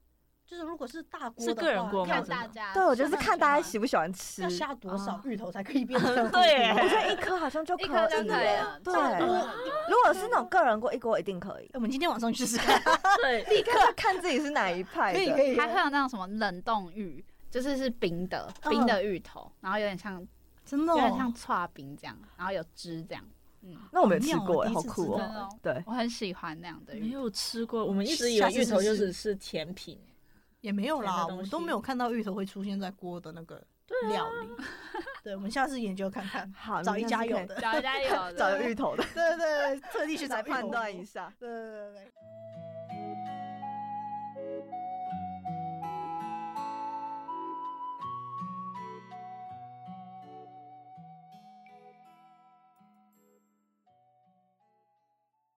就是如果是大锅是的个人话锅吗看要大家。对我觉得是那看大家喜喜不喜欢吃啊要。下多少芋头才可以 变成哎对耶我觉得一颗好像就一可颗就以可以了，对差不多我了如果是那种个人锅，一锅一定可以。我们今天晚上去 试试看，对，立刻就看自己是哪一派的。以还会有那种什么冷冻芋，就是是冰的冰的芋头，然后有点像真的有哦点像串冰这样，然后有汁这样。嗯，那我没有吃过哎，好好妙我第一次酷知真哦。道的哦，对，我很喜欢那样的没芋头。有吃过，我们一直以下为次芋头试就试只是甜品，也没有甜的啦，东我们都西没有看到芋头会出现在锅的那个料理。对，我们下次研究看看，好，找一家有的，的。 找一家有的找有芋头的，对对对，特地去找来判断一下。下。对对对对。